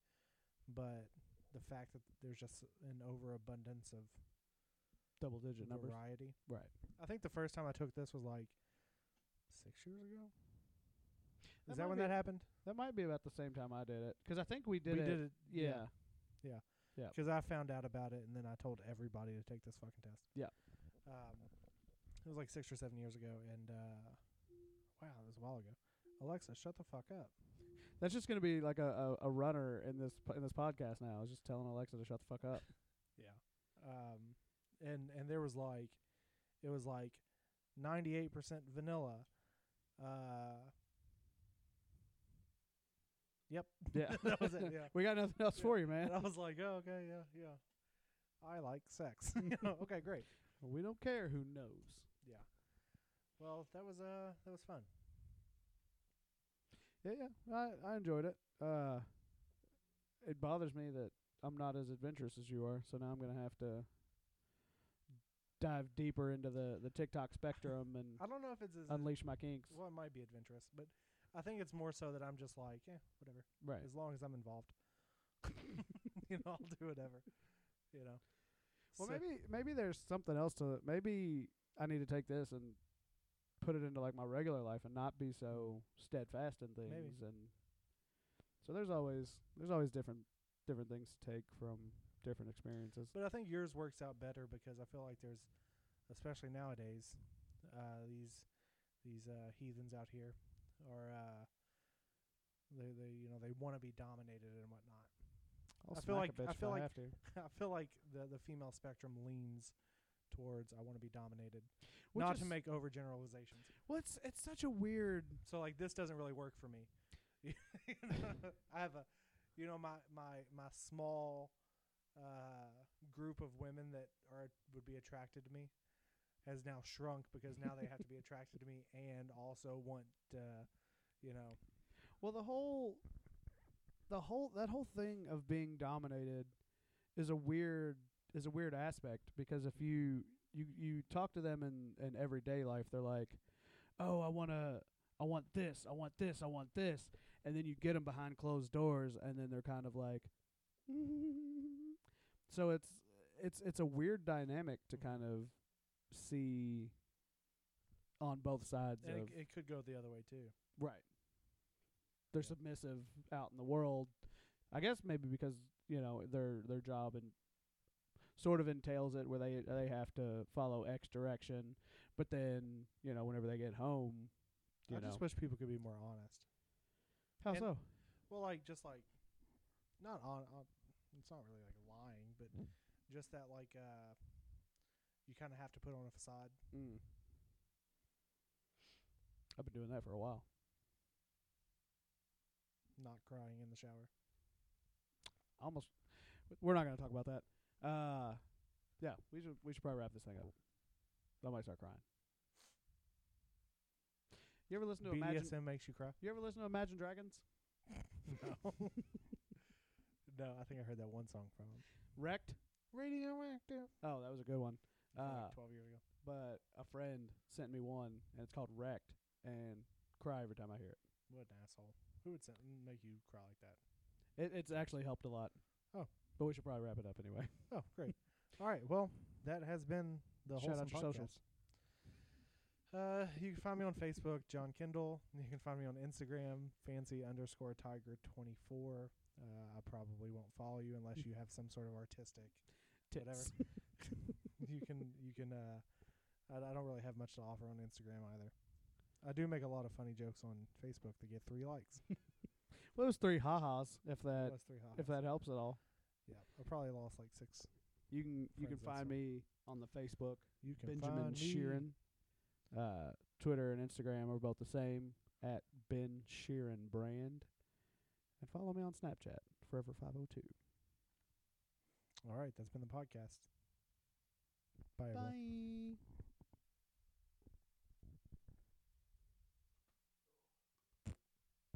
but the fact that there's just an overabundance of
Double digit numbers.
variety.
Right.
I think the first time I took this was like six years ago.
That
Is
might
that when
be-
that happened?
That might be about the same time I did it. 'Cause I think we did
we
it.
did it.
Yeah. Yeah.
Because I found out about it and then I told everybody to take this fucking test.
Yeah.
Um, it was like six or seven years ago, and uh, wow, that was a while ago. Alexa, shut the fuck up.
That's just gonna be like a, a, a runner in this po- in this podcast now. I was just telling Alexa to shut the fuck up.
Yeah. Um, and and there was like, it was like, ninety eight percent vanilla. Uh. Yep.
[LAUGHS] [LAUGHS] Yeah.
that was it. Yeah.
we got nothing else
Yeah.
for you, man.
And I was like, oh, okay, yeah, yeah. I like sex. [LAUGHS] you know, okay, great.
[LAUGHS] We don't care who knows.
Yeah. Well, that was uh that was fun.
Yeah, yeah. I, I enjoyed it. Uh, it bothers me that I'm not as adventurous as you are, so now I'm gonna have to dive deeper into the the TikTok spectrum [LAUGHS] and
I don't know if it's as
unleash my kinks.
well, it might be adventurous, but I think it's more so that I'm just like, yeah, whatever.
Right.
As long as I'm involved, [LAUGHS] you know, I'll do whatever. You know.
Well,
So-
maybe maybe there's something else to maybe I need to take this and put it into like my regular life and not be so steadfast in things
Maybe.
and so there's always there's always different different things to take from different experiences.
But I think yours works out better because I feel like there's, especially nowadays, uh, these these uh, heathens out here are uh, they they you know they want to be dominated and whatnot. [LAUGHS]
I'll
I feel
smack a
like- I
bitch if
feel like-
have to.
I feel like the the female spectrum leans towards I want to be dominated,
Which
not to
is-
make overgeneralizations.
Well, it's it's such a weird
So like this doesn't really work for me. [LAUGHS] You know, I have a, you know, my my my small uh, group of women that are would be attracted to me has now shrunk because now they have to be attracted to me and also want, uh, you know,
Well, the whole, the whole that whole thing of being dominated is a weird is a weird aspect because if you you you talk to them in in everyday life, they're like, "Oh, I want to I want this, I want this, I want this." And then you get them behind closed doors and then they're kind of like [LAUGHS] So it's it's it's a weird dynamic to kind of see on both sides
and
of
it, it could go the other way too.
Right. They're
Yeah.
submissive out in the world. I guess maybe because you know their their job and sort of entails it where they they have to follow X direction, but then you know whenever they get home, you
I
know
just wish people could be more honest.
how
and-
so?
Well, like just like, not on. on it's not really like lying, but just that like uh, you kind of have to put on a facade.
Mm. I've been doing that for a while.
Not crying in the shower.
Almost. We're not going to talk about that. Uh, yeah, we should we should probably wrap this thing up. I might start crying. You ever listen to Imagine?
BDSM makes you
[LAUGHS]
cry.
You ever listen to Imagine Dragons?
No. [LAUGHS] no, I think I heard that one song from him.
Wrecked?
Radioactive.
Oh, that was a good one.
From
Uh,
like 12 years ago.
but a friend sent me one, and it's called Wrecked, and cry every time I hear
What an asshole. Who would send, make you cry like that?
it. it it's actually helped a lot.
Oh.
But we should probably wrap it up anyway.
Oh, great. [LAUGHS] All right. Well, that has been
[LAUGHS]
the
Shout
Wholesome
out your
podcast.
socials.
Uh, you can find me on Facebook, John Kendall. You can find me on Instagram, fancy underscore tiger twenty four. Uh, I probably won't follow you unless
[LAUGHS]
you have some sort of artistic.
Tits.
Whatever. [LAUGHS] You can you can. Uh, I, I don't really have much to offer on Instagram either. I do make a lot of funny jokes on Facebook that get three likes.
[LAUGHS] Well, it was three ha-has, if that
Plus three highs.
Uh, if that helps at all.
yeah, I probably lost like six.
You can you can
Friends, that's
find
all.
me on the Facebook
You can
Benjamin
find me-
Sheeran. Uh, Twitter and Instagram are both the same at Ben Sheeran Brand, and follow me on Snapchat Forever Five Hundred Two.
All right, that's been the podcast. Bye. everyone.
Bye.